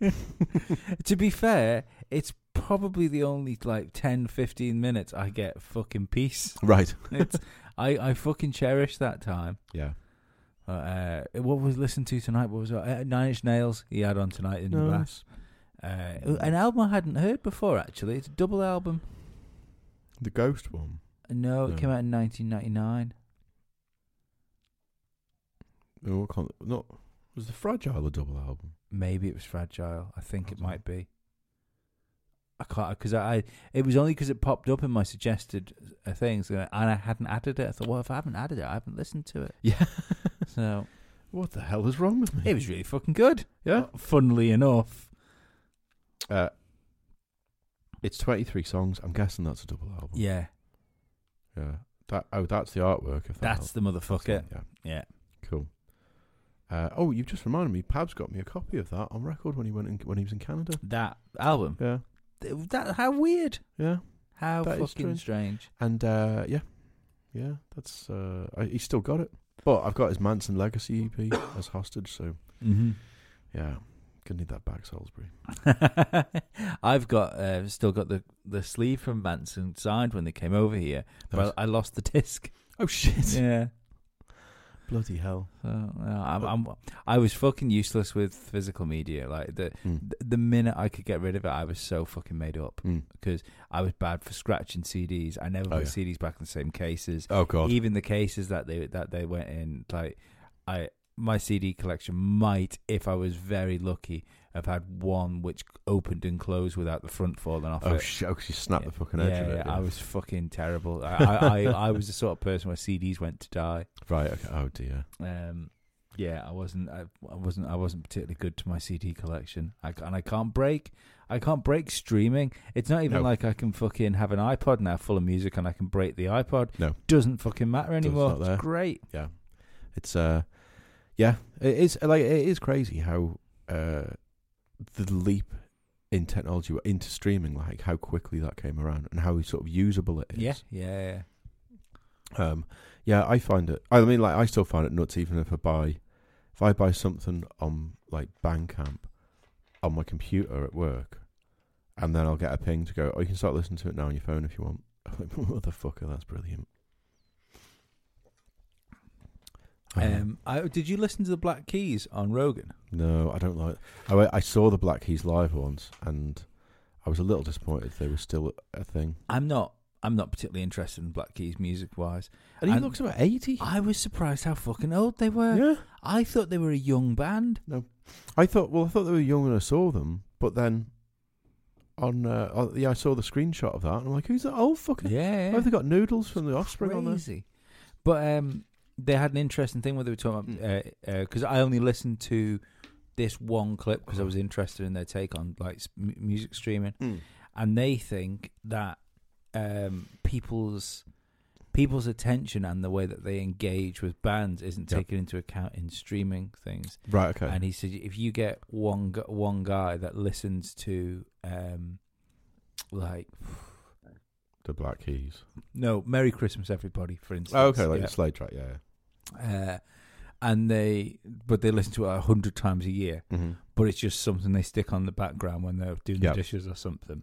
S1: to be fair, it's probably the only like 10, 15 minutes I get fucking peace.
S2: right. *laughs*
S1: It's I I fucking cherish that time.
S2: Yeah.
S1: Uh, what was listened to tonight? What was it? Uh, Nine Inch Nails? He had on tonight in the bath. Uh, an album I hadn't heard before. Actually, it's a double album.
S2: The ghost one.
S1: No, it
S2: No.
S1: came out in 1999.
S2: No, what kind of- Oh, not was the fragile a double album?
S1: Maybe it was fragile. I think
S2: Hold
S1: it
S2: on.
S1: might be. I can't because I, I it was only because it popped up in my suggested uh, things and I, and I hadn't added it. I thought, well, if I haven't added it, I haven't listened to it.
S2: Yeah. *laughs*
S1: So
S2: what the hell is wrong with me?
S1: it was really fucking good.
S2: yeah.
S1: Funnily enough,
S2: Uh, it's twenty three songs. I'm guessing that's a double album.
S1: yeah,
S2: Yeah. That oh, that's the artwork. If that
S1: that's the
S2: helps.
S1: motherfucker.
S2: yeah.
S1: Yeah.
S2: Cool. Uh, oh, you've just reminded me. Pab's got me a copy of that on record when he went in, when he was in Canada.
S1: That album.
S2: Yeah.
S1: Th- That how weird.
S2: Yeah.
S1: How
S2: That is
S1: fucking strange.
S2: And uh, yeah, yeah. That's uh, I, he's still got it. But I've got his Manson Legacy EP *coughs* as hostage. So yeah, gonna need that back, Salisbury.
S1: Mm-hmm. *laughs* I've got uh, still got the the sleeve from Manson signed when they came over here,
S2: Nice.
S1: but I lost the *laughs* disc.
S2: *laughs* Oh shit!
S1: Yeah.
S2: Bloody hell!
S1: So, no, I'm, I'm, I was fucking useless with physical media. Like the
S2: Mm.
S1: the minute I could get rid of it, I was so fucking made up
S2: Mm.
S1: because I was bad for scratching CDs. I never
S2: Oh,
S1: put
S2: yeah.
S1: CDs back in the same cases.
S2: Oh god!
S1: Even the cases that they that they went in, like I my CD collection might, if I was very lucky, have had one which opened and closed without the front falling off.
S2: oh
S1: it.
S2: shit! Oh, she snapped
S1: Yeah.
S2: the fucking edge
S1: yeah,
S2: of it.
S1: yeah,
S2: yeah.
S1: I was fucking terrible.
S2: *laughs*
S1: I, I, I, I was the sort of person where CDs went to die.
S2: right. Okay. Oh dear.
S1: Um, yeah, I wasn't. I, I wasn't. I wasn't particularly good to my CD collection. I, ca- and I can't break. I can't break streaming. It's not even
S2: No.
S1: like I can fucking have an iPod now full of music and I can break the iPod.
S2: No.
S1: doesn't fucking matter anymore.
S2: not there.
S1: It's great.
S2: It's uh, yeah. It is like it is crazy how uh, the leap in technology into streaming, like how quickly that came around and how sort of usable it is.
S1: Yeah, yeah,
S2: Um, yeah, I find it. I mean, like, I still find it nuts. Even if I buy, if I buy something on like Bandcamp on my computer at work, and then I'll get a ping to go, "Oh, you can start listening to it now on your phone if you want." *laughs* I'm like, motherfucker, that's brilliant.
S1: yeah.
S2: Um,
S1: Um, I, did you listen to the Black Keys on Rogan?
S2: no, I don't like. I went- I saw the Black Keys live once, and I was a little disappointed they were still a thing.
S1: I'm not. I'm not particularly interested in Black Keys music wise.
S2: And he
S1: And-
S2: looks about eighty.
S1: I was surprised how fucking old they were.
S2: yeah,
S1: I thought they were a young band.
S2: I thought. Well, I thought they were young when I saw them, but then on uh, on- yeah, I saw the screenshot of that, and I'm like, who's that old fucking?
S1: Yeah,
S2: Oh, they got noodles from the offspring on there.
S1: crazy. But um, they had an interesting thing where they were talking
S2: Hmm.
S1: about because I only listened to this one clip because I was interested in their take on like s- mu- music streaming, and they think that um, people's people's attention and the way that they engage with bands isn't
S2: Yep.
S1: taken into account in streaming things.
S2: Right. Okay.
S1: And he said, if you get one gu- one guy that listens to um, like
S2: the Black Keys.
S1: no, Merry Christmas, everybody, for instance.
S2: Oh, okay, like
S1: yeah.
S2: the Slade track. Yeah.
S1: uh, and they but they listen to it a hundred times a year,
S2: yeah. Mm-hmm.
S1: but it's just something they stick on the background when they're doing
S2: Yep.
S1: the dishes or something.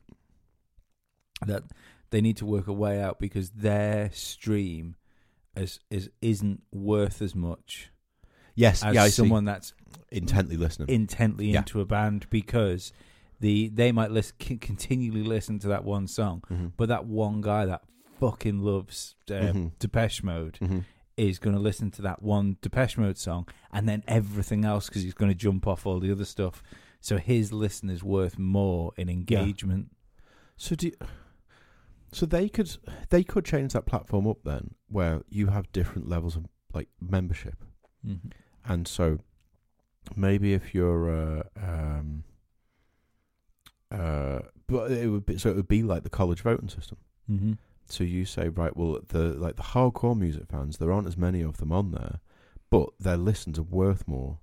S1: That they need to work a way out because their stream is is isn't worth as much
S2: Yes.
S1: as
S2: yeah. I see.
S1: someone that's
S2: intently listening.
S1: intently
S2: Yeah.
S1: into a band because the they might listen, c- continually listen to that one song,
S2: Mhm.
S1: but that one guy that fucking loves uh,
S2: Mhm.
S1: Depeche Mode
S2: Mhm.
S1: is going to listen to that one Depeche Mode song and then everything else because he's going to jump off all the other stuff. So his listen is worth more in engagement.
S2: So do so they could they could change that platform up then, where you have different levels of like membership, Mm-hmm. and so maybe if you're uh, um uh but it would be so it would be like the college voting system.
S1: Mm-hmm.
S2: So you say right, well the like the hardcore music fans there aren't as many of them on there, but their listens are worth more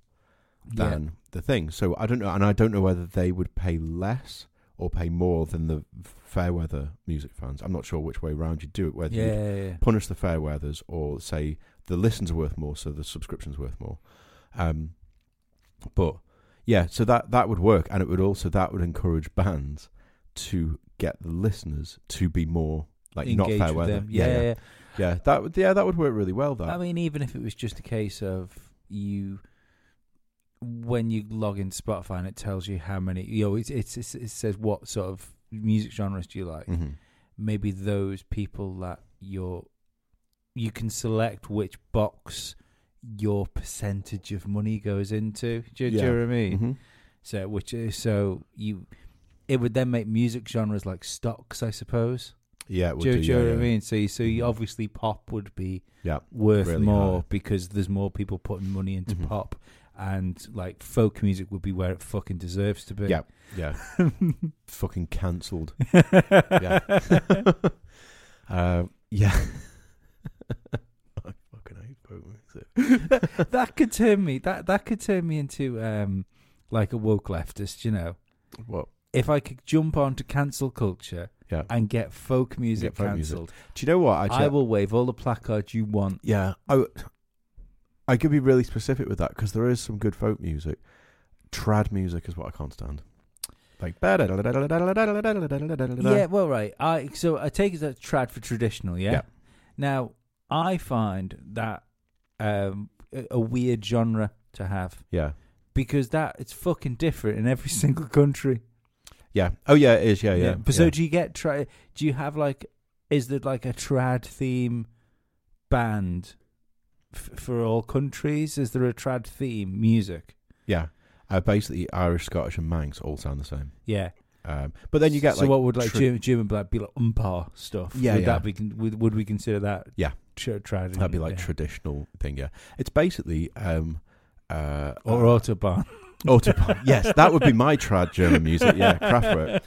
S2: than the thing. So I don't know, and I don't know whether they would pay less or pay more than the fair weather music fans. I'm not sure which way round you do it. Whether
S1: yeah,
S2: you
S1: yeah, yeah.
S2: punish the fair weathers or say the listens are worth more, so the subscription's worth more. Um, but yeah, so that that would work, and it would also that would encourage bands to get the listeners to be more like not
S1: Engage
S2: fair
S1: with
S2: weather.
S1: them. Yeah, yeah,
S2: yeah,
S1: yeah.
S2: yeah. That would yeah that would work really well. That
S1: I mean, even if it was just a case of you, when you log into Spotify and it tells you how many, you know, it's, it's, it's, it says what sort of music genres do you like.
S2: Mhm.
S1: Maybe those people that you're, you can select which box your percentage of money goes into. Do, you- do you
S2: Yeah.
S1: know what I mean?
S2: Mhm.
S1: So, which is, so you, it would then make music genres like stocks, I suppose.
S2: yeah, it would
S1: Do, you-
S2: do,
S1: do you
S2: yeah,
S1: know what
S2: yeah.
S1: I mean? So, you, so you
S2: Mhm.
S1: obviously pop would be
S2: Yeah,
S1: worth
S2: really
S1: more
S2: high.
S1: because there's more people putting money into
S2: Mhm.
S1: pop, and like folk music would be where it fucking deserves to be. *laughs*
S2: Yeah. *laughs* yeah. Fucking cancelled. *laughs*
S1: yeah. *laughs*
S2: uh, yeah. *laughs* I fucking hate folk music.
S1: *laughs*
S2: *laughs*
S1: that could turn me. That that could turn me into um like a woke leftist. You know,
S2: What?
S1: if I could jump on to cancel culture
S2: Yeah.
S1: and get folk music
S2: Get folk music.
S1: cancelled,
S2: Do you know what? Actually,
S1: I will wave all the placards you want.
S2: Yeah, I, w- I could be really specific with that because there is some good folk music. Trad music is what I can't stand. Like
S1: Yeah,
S2: yeah,
S1: well, right. I so I take it that trad for traditional. Yeah.
S2: Yeah.
S1: Now I find that um, a, a weird genre to have
S2: yeah,
S1: because that it's fucking different in every *laughs* single country.
S2: yeah. Oh yeah, it is. Yeah, yeah.
S1: But so
S2: yeah.
S1: do you get tra- Do you have like? Is there like a trad theme band f- for all countries? Is there a trad theme music?
S2: yeah. Uh, basically, Irish, Scottish, and Manx all sound the same.
S1: Yeah.
S2: Um, but then you get
S1: so
S2: like
S1: what would like
S2: tra-
S1: Jim, Jim and Black be like umpar stuff?
S2: Yeah,
S1: Would
S2: yeah.
S1: that be con- would, would we consider that?
S2: Yeah.
S1: Tr- trad.
S2: That'd be like
S1: yeah.
S2: traditional thing, yeah. It's basically um uh
S1: or
S2: uh,
S1: autobahn.
S2: Autobahn. *laughs* yes, that would be my trad German
S1: *laughs*
S2: music, yeah, Kraftwerk.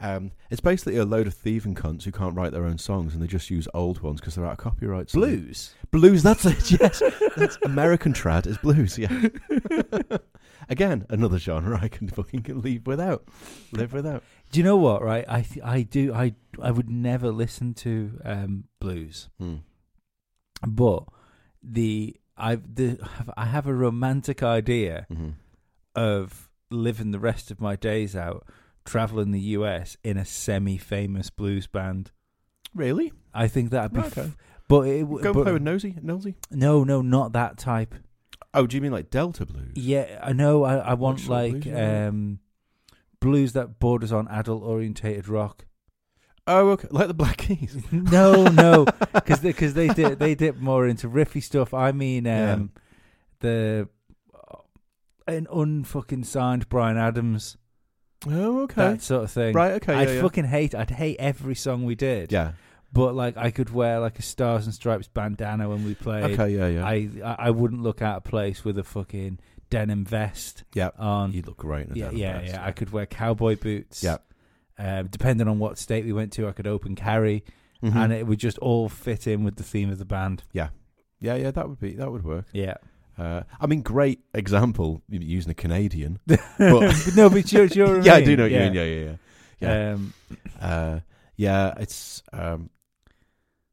S2: Um it's basically a load of thieving cunts who can't write their own songs and they just use old ones because they're out of copyright. so-
S1: Blues.
S2: Blues, that's it, *laughs* yes. that's American trad is blues, yeah. *laughs* Again, another genre I can fucking leave without. Live without.
S1: Do you know what? Right, I th- I do I I would never listen to um, blues.
S2: Hmm,
S1: but the I've the I have a romantic idea
S2: Mm-hmm.
S1: of living the rest of my days out traveling the US in a semi-famous blues band.
S2: Really?
S1: I think that'd be,
S2: Okay.
S1: f- but it w-
S2: Go and
S1: but-
S2: play with Nosy Nosy?
S1: no, no, not that type.
S2: Oh, do you mean like Delta Blues?
S1: Yeah, I know. I I want
S2: sort of
S1: like
S2: blues you like?
S1: um, blues that borders on adult orientated
S2: *laughs*
S1: rock.
S2: Oh, okay. Like the Black Keys.
S1: No, no, because because they, did they dip more into riffy stuff. I mean, um, the uh, an unfucking signed Brian Adams,
S2: Oh, okay.
S1: that sort of thing.
S2: right. Okay.
S1: I'd
S2: yeah, yeah.
S1: fucking hate. I'd hate every song we did.
S2: Yeah.
S1: But like, I could wear like a Stars and Stripes bandana when we played.
S2: Okay. Yeah. Yeah.
S1: I I I wouldn't look out of place with a fucking denim vest
S2: yeah.
S1: on.
S2: You look great. In a
S1: yeah,
S2: denim
S1: yeah,
S2: vest.
S1: yeah. I could wear cowboy boots.
S2: Yeah.
S1: Um, depending on what state we went to, I could open carry,
S2: Mhm.
S1: and it would just all fit in with the theme of the band.
S2: yeah, yeah. That would be. That would work.
S1: Yeah.
S2: Uh, I mean, great example you know, using
S1: *laughs*
S2: a Canadian.
S1: *laughs* But no, but you're,
S2: *laughs*
S1: you're
S2: yeah, I do know what you mean. Yeah, yeah, yeah.
S1: yeah. Um,
S2: Uh, yeah, it's um,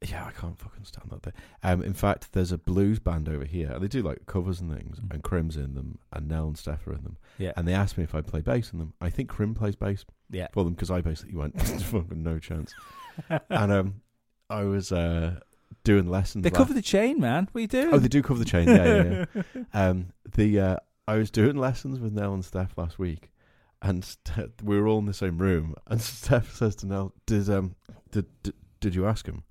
S2: yeah, I can't fucking stand that. Bit. Um, in fact, there's a blues band over here, and they do like covers and things,
S1: Mhm.
S2: and Crim's in them, and Nell and Steph are in them.
S1: Yeah.
S2: and they asked me if I play bass in them. I think Crim plays bass.
S1: Yeah.
S2: for them because I basically went *laughs* fucking no chance. and um, I was uh doing lessons.
S1: they
S2: la-
S1: cover the chain, man. What are you doing?
S2: oh, they do cover the chain.
S1: *laughs*
S2: Yeah, yeah. yeah. um, the uh, I was doing lessons with Nell and Steph last week, and Ste- we were all in the same room. And *laughs* Steph says to Nell, "Did um, did did, did you ask him?"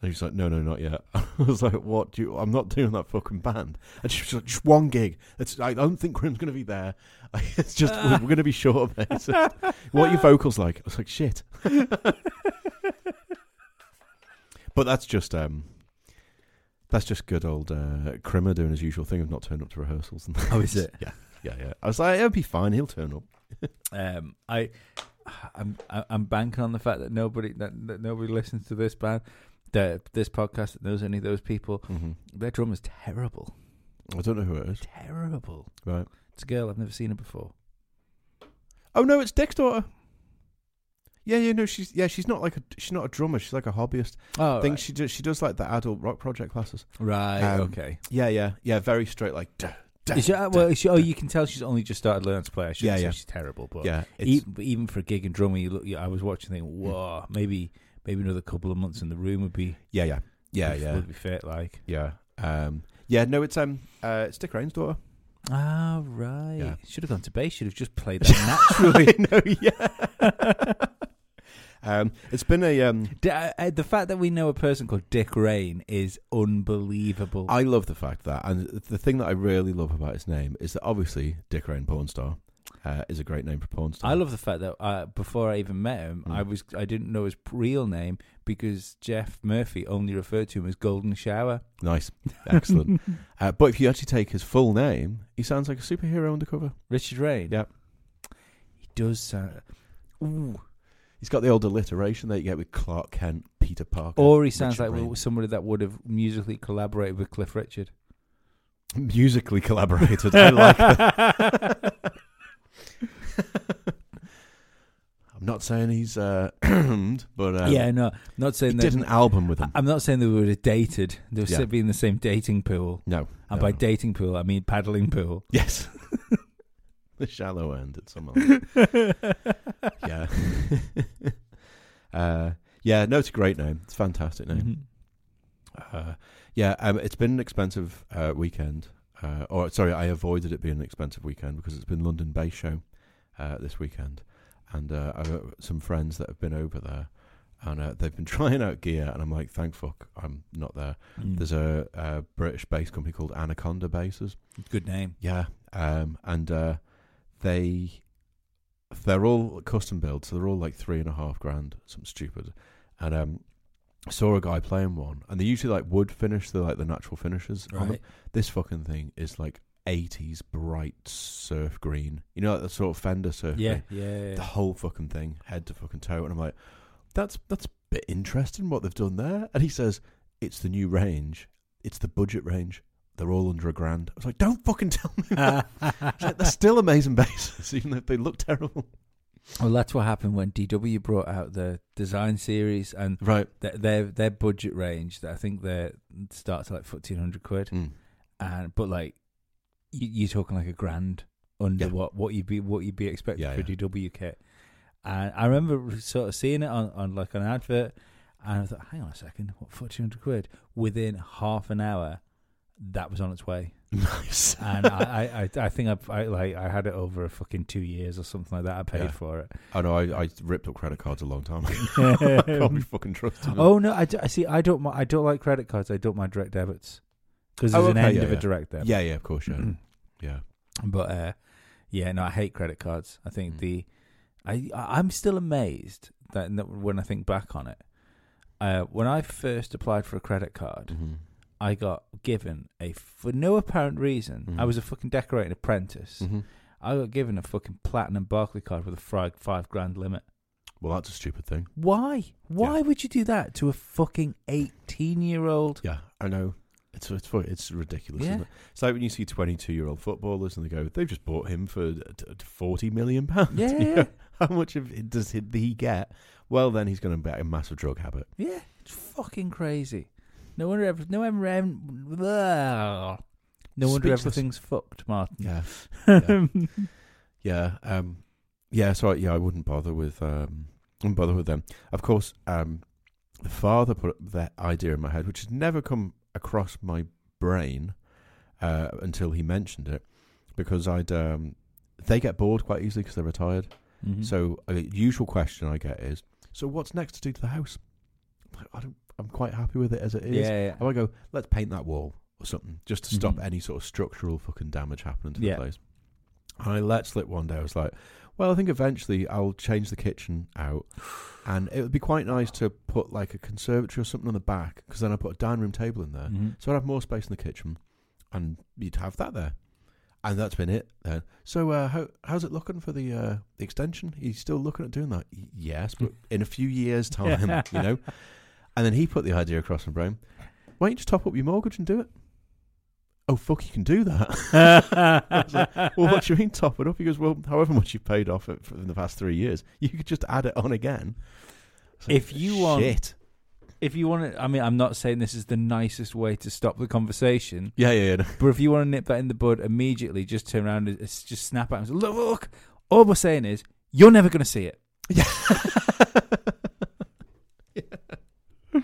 S2: And he's like, "No, no, not yet." *laughs* I was like, "What? Do you, I'm not doing that fucking band." And she was like, "Just one gig. It's, I don't think Grim's gonna be there. *laughs* it's just we're, we're gonna be short of it. *laughs* what are your vocals like?" I was like, "Shit." *laughs* but that's just um. That's just good old uh, Krimmer doing his usual thing of not turning up to rehearsals. And
S1: Oh, is
S2: things.
S1: it?
S2: Yeah, yeah, yeah. I was like, it'll be fine. He'll turn up.
S1: um, I, I'm I- I'm banking on the fact that nobody that, that nobody listens to this band, that this podcast that knows any of those people.
S2: Mm-hmm.
S1: Their drummer's terrible,
S2: I don't know who it is.
S1: terrible.
S2: Right.
S1: It's a girl. I've never seen her before.
S2: Oh no, it's Dick's daughter. Yeah, yeah, no, she's yeah, she's not like a she's not a drummer. She's like a hobbyist.
S1: Oh,
S2: I think she does she does like the adult rock project classes.
S1: right.
S2: um,
S1: okay.
S2: Yeah, yeah, yeah. Very straight, like duh, duh,
S1: Is she, uh, well, is she, oh, you can tell she's only just started learning to play. I should
S2: Yeah,
S1: say
S2: yeah.
S1: she's terrible, but
S2: yeah. It's, Mm.
S1: even, even for a gig and drumming, you look. You, I was watching, thinking, whoa, maybe maybe another couple of months in the room would be
S2: yeah, yeah, yeah,
S1: would-
S2: yeah,
S1: would be fit like.
S2: yeah. Um, yeah, no, it's um, uh, it's Dick Rain's *laughs* daughter.
S1: Ah, right.
S2: Yeah.
S1: Should have gone to bass. Should have just played that naturally.
S2: *laughs* I know, yeah. *laughs* um, it's been a um,
S1: D- uh, uh, the fact that we know a person called Dick Rain is unbelievable.
S2: I love the fact that, and the thing that I really love about his name is that obviously Dick Rain porn star uh, is a great name for porn star.
S1: I love the fact that uh, before I even met him,
S2: Mm.
S1: I was I didn't know his real name because Jeff Murphy only referred to him as Golden Shower.
S2: *laughs* nice,
S1: *laughs*
S2: excellent. uh, but if you actually take his full name, he sounds like a superhero undercover.
S1: Richard Rain.
S2: Yep.
S1: He does sound. Ooh.
S2: He's got the old alliteration that you get with Clark Kent, Peter Parker,
S1: Or he sounds
S2: Richard
S1: like
S2: Rain.
S1: somebody that would have musically collaborated with Cliff Richard.
S2: musically collaborated.
S1: *laughs*
S2: I like that. *laughs* I'm not saying he's uh, *clears throat* but um,
S1: yeah, no, not
S2: he
S1: saying that.
S2: did an album with him.
S1: I'm not saying they would have dated. They would
S2: Yeah.
S1: be in the same dating pool.
S2: no,
S1: And
S2: no,
S1: by
S2: no.
S1: dating pool, I mean paddling
S2: *laughs*
S1: pool. *laughs*
S2: Yes. the shallow end at some Yeah. *laughs* uh, yeah, no, it's a great name. It's a fantastic name.
S1: Mhm.
S2: Uh, yeah, um, it's been an expensive uh, weekend. Uh, or sorry, I avoided it being an expensive weekend because it's been London Bay Show uh, this weekend, and uh, I've got some friends that have been over there, and uh, they've been *laughs* trying out gear, and I'm like, thank fuck, I'm not there.
S1: Mm.
S2: There's a, a British bass company called Anaconda Basses.
S1: Good name.
S2: Yeah, um, and uh, they they're all custom built, so they're all like three and a half grand, something stupid. And um, I saw a guy playing one, and they usually like wood finish, they're like the natural finishes. on them.
S1: Right.
S2: This fucking thing is like eighties bright surf green, you know, like the sort of Fender surf.
S1: Yeah,
S2: green.
S1: yeah.
S2: the whole fucking thing, head to fucking toe, and I'm like, that's that's a bit interesting what they've done there. And he says, it's the new range, it's the budget range. They're all under a grand. I was like, don't fucking *laughs* tell me that.
S1: *laughs*
S2: It's like, they're still amazing bases, *laughs* even if they look terrible.
S1: well, that's what happened when DW brought out the design series and
S2: Right.
S1: th- their their budget range. That I think they starts at like fourteen hundred quid, and but like you, you're talking like a grand under
S2: Yeah.
S1: what what you'd be what you'd be expecting
S2: Yeah,
S1: for
S2: yeah.
S1: a DW kit. And I remember sort of seeing it on, on like an advert, and I thought, hang on a second, what fourteen hundred quid? Within half an hour, that was on its way.
S2: *laughs* Nice.
S1: and I, I, I, I think I've, I like I had it over a fucking two years or something like that. I paid
S2: Yeah.
S1: for
S2: *laughs*
S1: it.
S2: I know. I, I ripped up credit cards a long time ago.
S1: *laughs*
S2: *laughs* I can't be fucking trusted.
S1: Oh no, I, do, I see. I don't. mi- I don't like credit cards. I don't mind direct debits because
S2: Oh,
S1: there's an
S2: okay,
S1: end
S2: yeah,
S1: of
S2: yeah.
S1: a direct debit.
S2: yeah, yeah, of course,
S1: Mm-hmm.
S2: yeah, yeah.
S1: Mm. but uh, yeah, no, I hate credit cards. I think
S2: Mm.
S1: the I I- I'm still amazed that that when I think back on it, uh, when I first applied for a credit card,
S2: Mhm.
S1: I got given a for no apparent reason.
S2: Mhm.
S1: I was a fucking decorating apprentice.
S2: Mhm.
S1: I got given a fucking platinum Barclay card with a fried five grand limit.
S2: Well, that's a stupid thing.
S1: Why? Why would you do that to a fucking eighteen year old?
S2: Yeah, I know. It's it's fu- it's ridiculous, isn't
S1: Yeah.
S2: it? It's like when you see twenty-two-year-old footballers and they go, "They've just bought him for uh, t- t- forty million pounds." *laughs*
S1: Yeah.
S2: How much of it does he- he get? Well, then he's going to get a massive drug habit.
S1: Yeah, it's fucking crazy. No wonder. Ever, no wonder. em- blah. No wonder
S2: Speechless.
S1: everything's fucked,
S2: *laughs*
S1: Martin. Mm-hmm.
S2: Yeah, yeah, yeah. Um, yeah. So I- yeah, I wouldn't bother with um, wouldn't bother with them. Of course, um, the father put that idea in my head, which had never come across my brain uh, until he mentioned it, because I'd um, they get bored quite easily because they're retired.
S1: Mhm.
S2: So a usual question I get is, so what's next to do to the house? I'm like, I don't, I'm quite happy with it as it is.
S1: yeah,
S2: And I go, let's paint that wall or something, just to stop
S1: Mhm.
S2: any sort of structural fucking damage happening to
S1: Yeah.
S2: the place. And I let slip one day. I was like, well, I think eventually I'll change the kitchen
S1: *sighs*
S2: out, and it would be quite nice to put like a conservatory or something on the back, because then I put a dining room table in there,
S1: Mhm.
S2: so I'd have more space in the kitchen, and you'd have that there. And that's been it then. So uh, how how's it looking for the uh, the extension? He's still looking at doing that. Y- Yes,
S1: *laughs*
S2: but in a few years' time, you know. And then he put the idea across my brain. Why don't you just top up your mortgage and do it? Oh fuck, you can do that.
S1: *laughs*
S2: I was like,
S1: Mm-hmm.
S2: *laughs* well, what do you mean top it up? He goes, well, however much you have paid off it for- in the past three years, you could just add it on again. It's like,
S1: If you want-
S2: shit.
S1: if you want to, I mean, I'm not saying this is the nicest way to stop the conversation,
S2: yeah, yeah, yeah. no.
S1: but if you want to nip that in the bud immediately, just turn around and s- just snap at him. Look, look, all we're saying is you're never going to see it.
S2: Yeah. yeah. *laughs*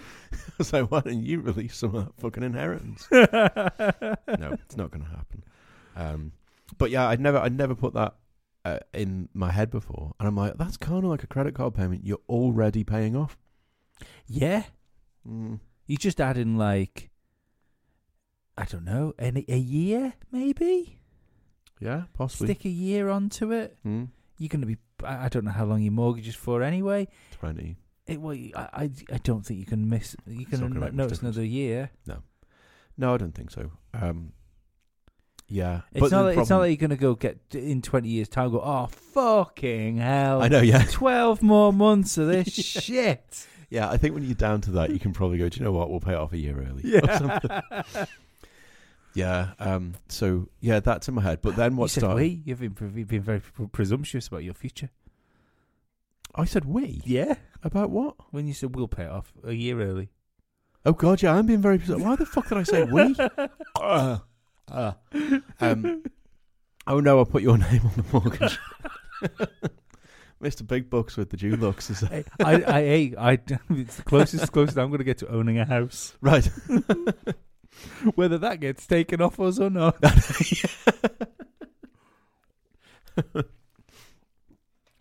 S2: So why don't you release some of that fucking inheritance? *laughs* no, it's not going to happen. Um, but yeah, I'd never, I'd never put that uh, in my head before, and I'm like, that's kind of like a credit card payment you're already paying off.
S1: Yeah,
S2: Mm.
S1: you just add in like, I don't know, any a year maybe.
S2: Yeah, possibly.
S1: Stick a year onto it.
S2: Mm.
S1: You're going to be. I I don't know how long your mortgage is for anyway.
S2: Twenty.
S1: It, well, I, I, I don't think you can miss. You
S2: not
S1: can
S2: gonna make
S1: no-
S2: much
S1: notice
S2: difference.
S1: another year.
S2: No, I don't think so. Um, yeah,
S1: It's
S2: but
S1: not.
S2: the
S1: Like, It's not
S2: problem-
S1: like you're gonna go get in twenty years' time. Go, oh fucking hell!
S2: I know. Yeah,
S1: Twelve more months of
S2: *laughs*
S1: this
S2: Yeah.
S1: shit.
S2: yeah. I think when you're down to that, you can probably go. Do you know what? We'll pay it off a
S1: *laughs*
S2: year early. or something. Yeah. Um. So yeah, that's in my head. But then
S1: you
S2: what
S1: said
S2: started?
S1: we. You've been, pre- you've been very pre- presumptuous about your future.
S2: I said we
S1: Yeah.
S2: about what?
S1: When you said we'll pay it off a year early.
S2: Oh God, yeah. I'm being very. pres- Why the fuck did I say
S1: *laughs*
S2: we? Uh, uh. Um. Oh no, I put your *laughs* name on the mortgage. *laughs* Mr. Big Bucks with the Jew looks is
S1: I, I, I, I, *laughs* it's the closest, closest I'm going to get to owning a house.
S2: *laughs* right.
S1: Whether that gets taken off us or not.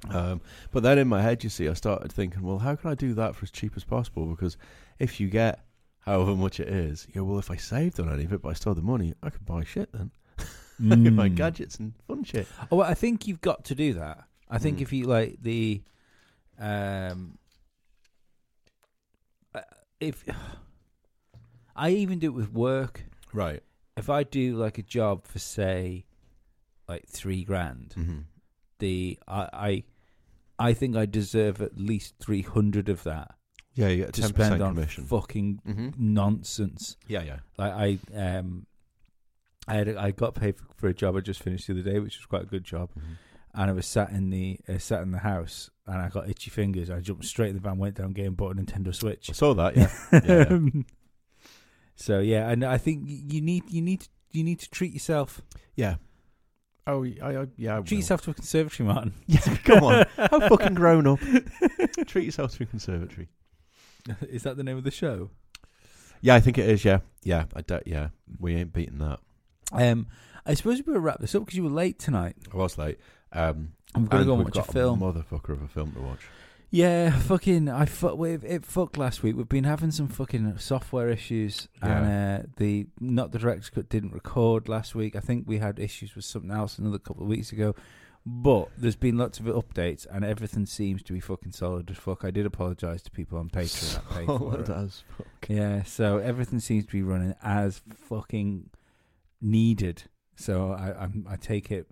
S2: Um, but then in my head, you see, I started thinking, well, how can I do that for as cheap as possible? Because if you get however much it is, you go, well, if I saved on any of it, but I still had the money, I could buy shit then. *laughs* I could buy
S1: Mm.
S2: gadgets and fun shit.
S1: Oh, *laughs* well, I think you've got to do that. I think
S2: Mm.
S1: if you like the, um, uh, if *sighs* I even do it with work,
S2: Right.
S1: if I do like a job for say, like three grand,
S2: Mm-hmm.
S1: the I, I, I think I deserve at least three hundred of that
S2: Yeah, you get
S1: to
S2: a 10%
S1: spend on
S2: commission.
S1: fucking
S2: mm-hmm.
S1: nonsense.
S2: Yeah, yeah.
S1: Like I, um, I had a, I got paid for, for a job I just finished the other day, which was quite a good job.
S2: Mm-hmm.
S1: and I was sat in the uh, sat in the house, and I got itchy fingers. I jumped straight in the van, went down, game, bought a Nintendo Switch.
S2: I saw that, yeah. *laughs* yeah, yeah.
S1: so yeah, and I think y- you need you need you need to treat yourself.
S2: *laughs* yeah. Oh, I, I, yeah. I
S1: Treat
S2: will.
S1: yourself to a conservatory, Martin.
S2: *laughs* Yeah, come on. How fucking grown up. *laughs* Treat yourself to a conservatory.
S1: *laughs* Is that the name of the show?
S2: Yeah, I think it is. Yeah, yeah. I don't. Yeah, we ain't beating that.
S1: Um, I suppose we better wrap this up because you were late tonight.
S2: I was late. Um,
S1: I'm gonna
S2: and
S1: go and
S2: we've
S1: watch a
S2: got
S1: film.
S2: motherfucker of a film to watch.
S1: Yeah, fucking, I fuck with it. Fucked last week. We've been having some fucking software issues, and uh, the not the director's cut didn't record last week. I think we had issues with something else another couple of weeks ago. But there's been lots of updates, and everything seems to be fucking solid as fuck. I did apologise to people on Patreon that paid
S2: *laughs*
S1: for
S2: Solid
S1: it.
S2: as fuck.
S1: Yeah, so everything seems to be running as fucking needed. So I I'm, I take it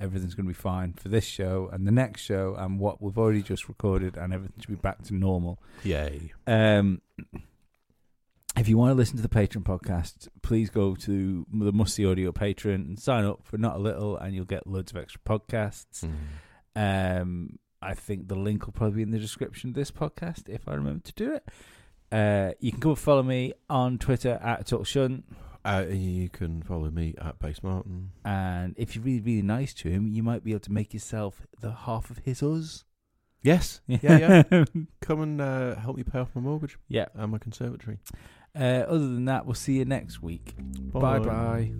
S1: everything's going to be fine for this show and the next show and what we've already just recorded, and everything should be back to normal.
S2: Yay.
S1: Um, if you want to listen to the Patreon podcast, please go to the Musty Audio Patreon and sign up for not a little, and you'll get loads of extra podcasts.
S2: Mm-hmm.
S1: Um, I think the link will probably be in the description of this podcast if I remember to do it. Uh, you can go and follow me on Twitter at Total Shun,
S2: Uh, you can follow me at Base Martin.
S1: and if you're really, really nice to him, you might be able to make yourself the half of his us. *laughs*
S2: Yes. Yeah,
S1: yeah.
S2: Come and uh, help me pay off my mortgage
S1: yeah.
S2: and my conservatory.
S1: Uh, other than that, we'll see you next week. Bye bye.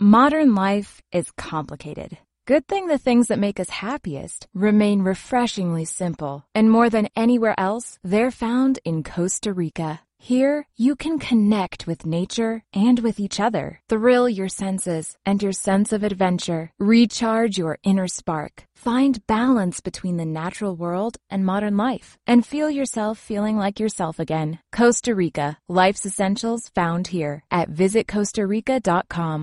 S3: Modern life is complicated. Good thing the things that make us happiest remain refreshingly simple. And more than anywhere else, they're found in Costa Rica. Here, you can connect with nature and with each other, thrill your senses and your sense of adventure, recharge your inner spark, find balance between the natural world and modern life, and feel yourself feeling like yourself again. Costa Rica, life's essentials found here at visitcostarica.com.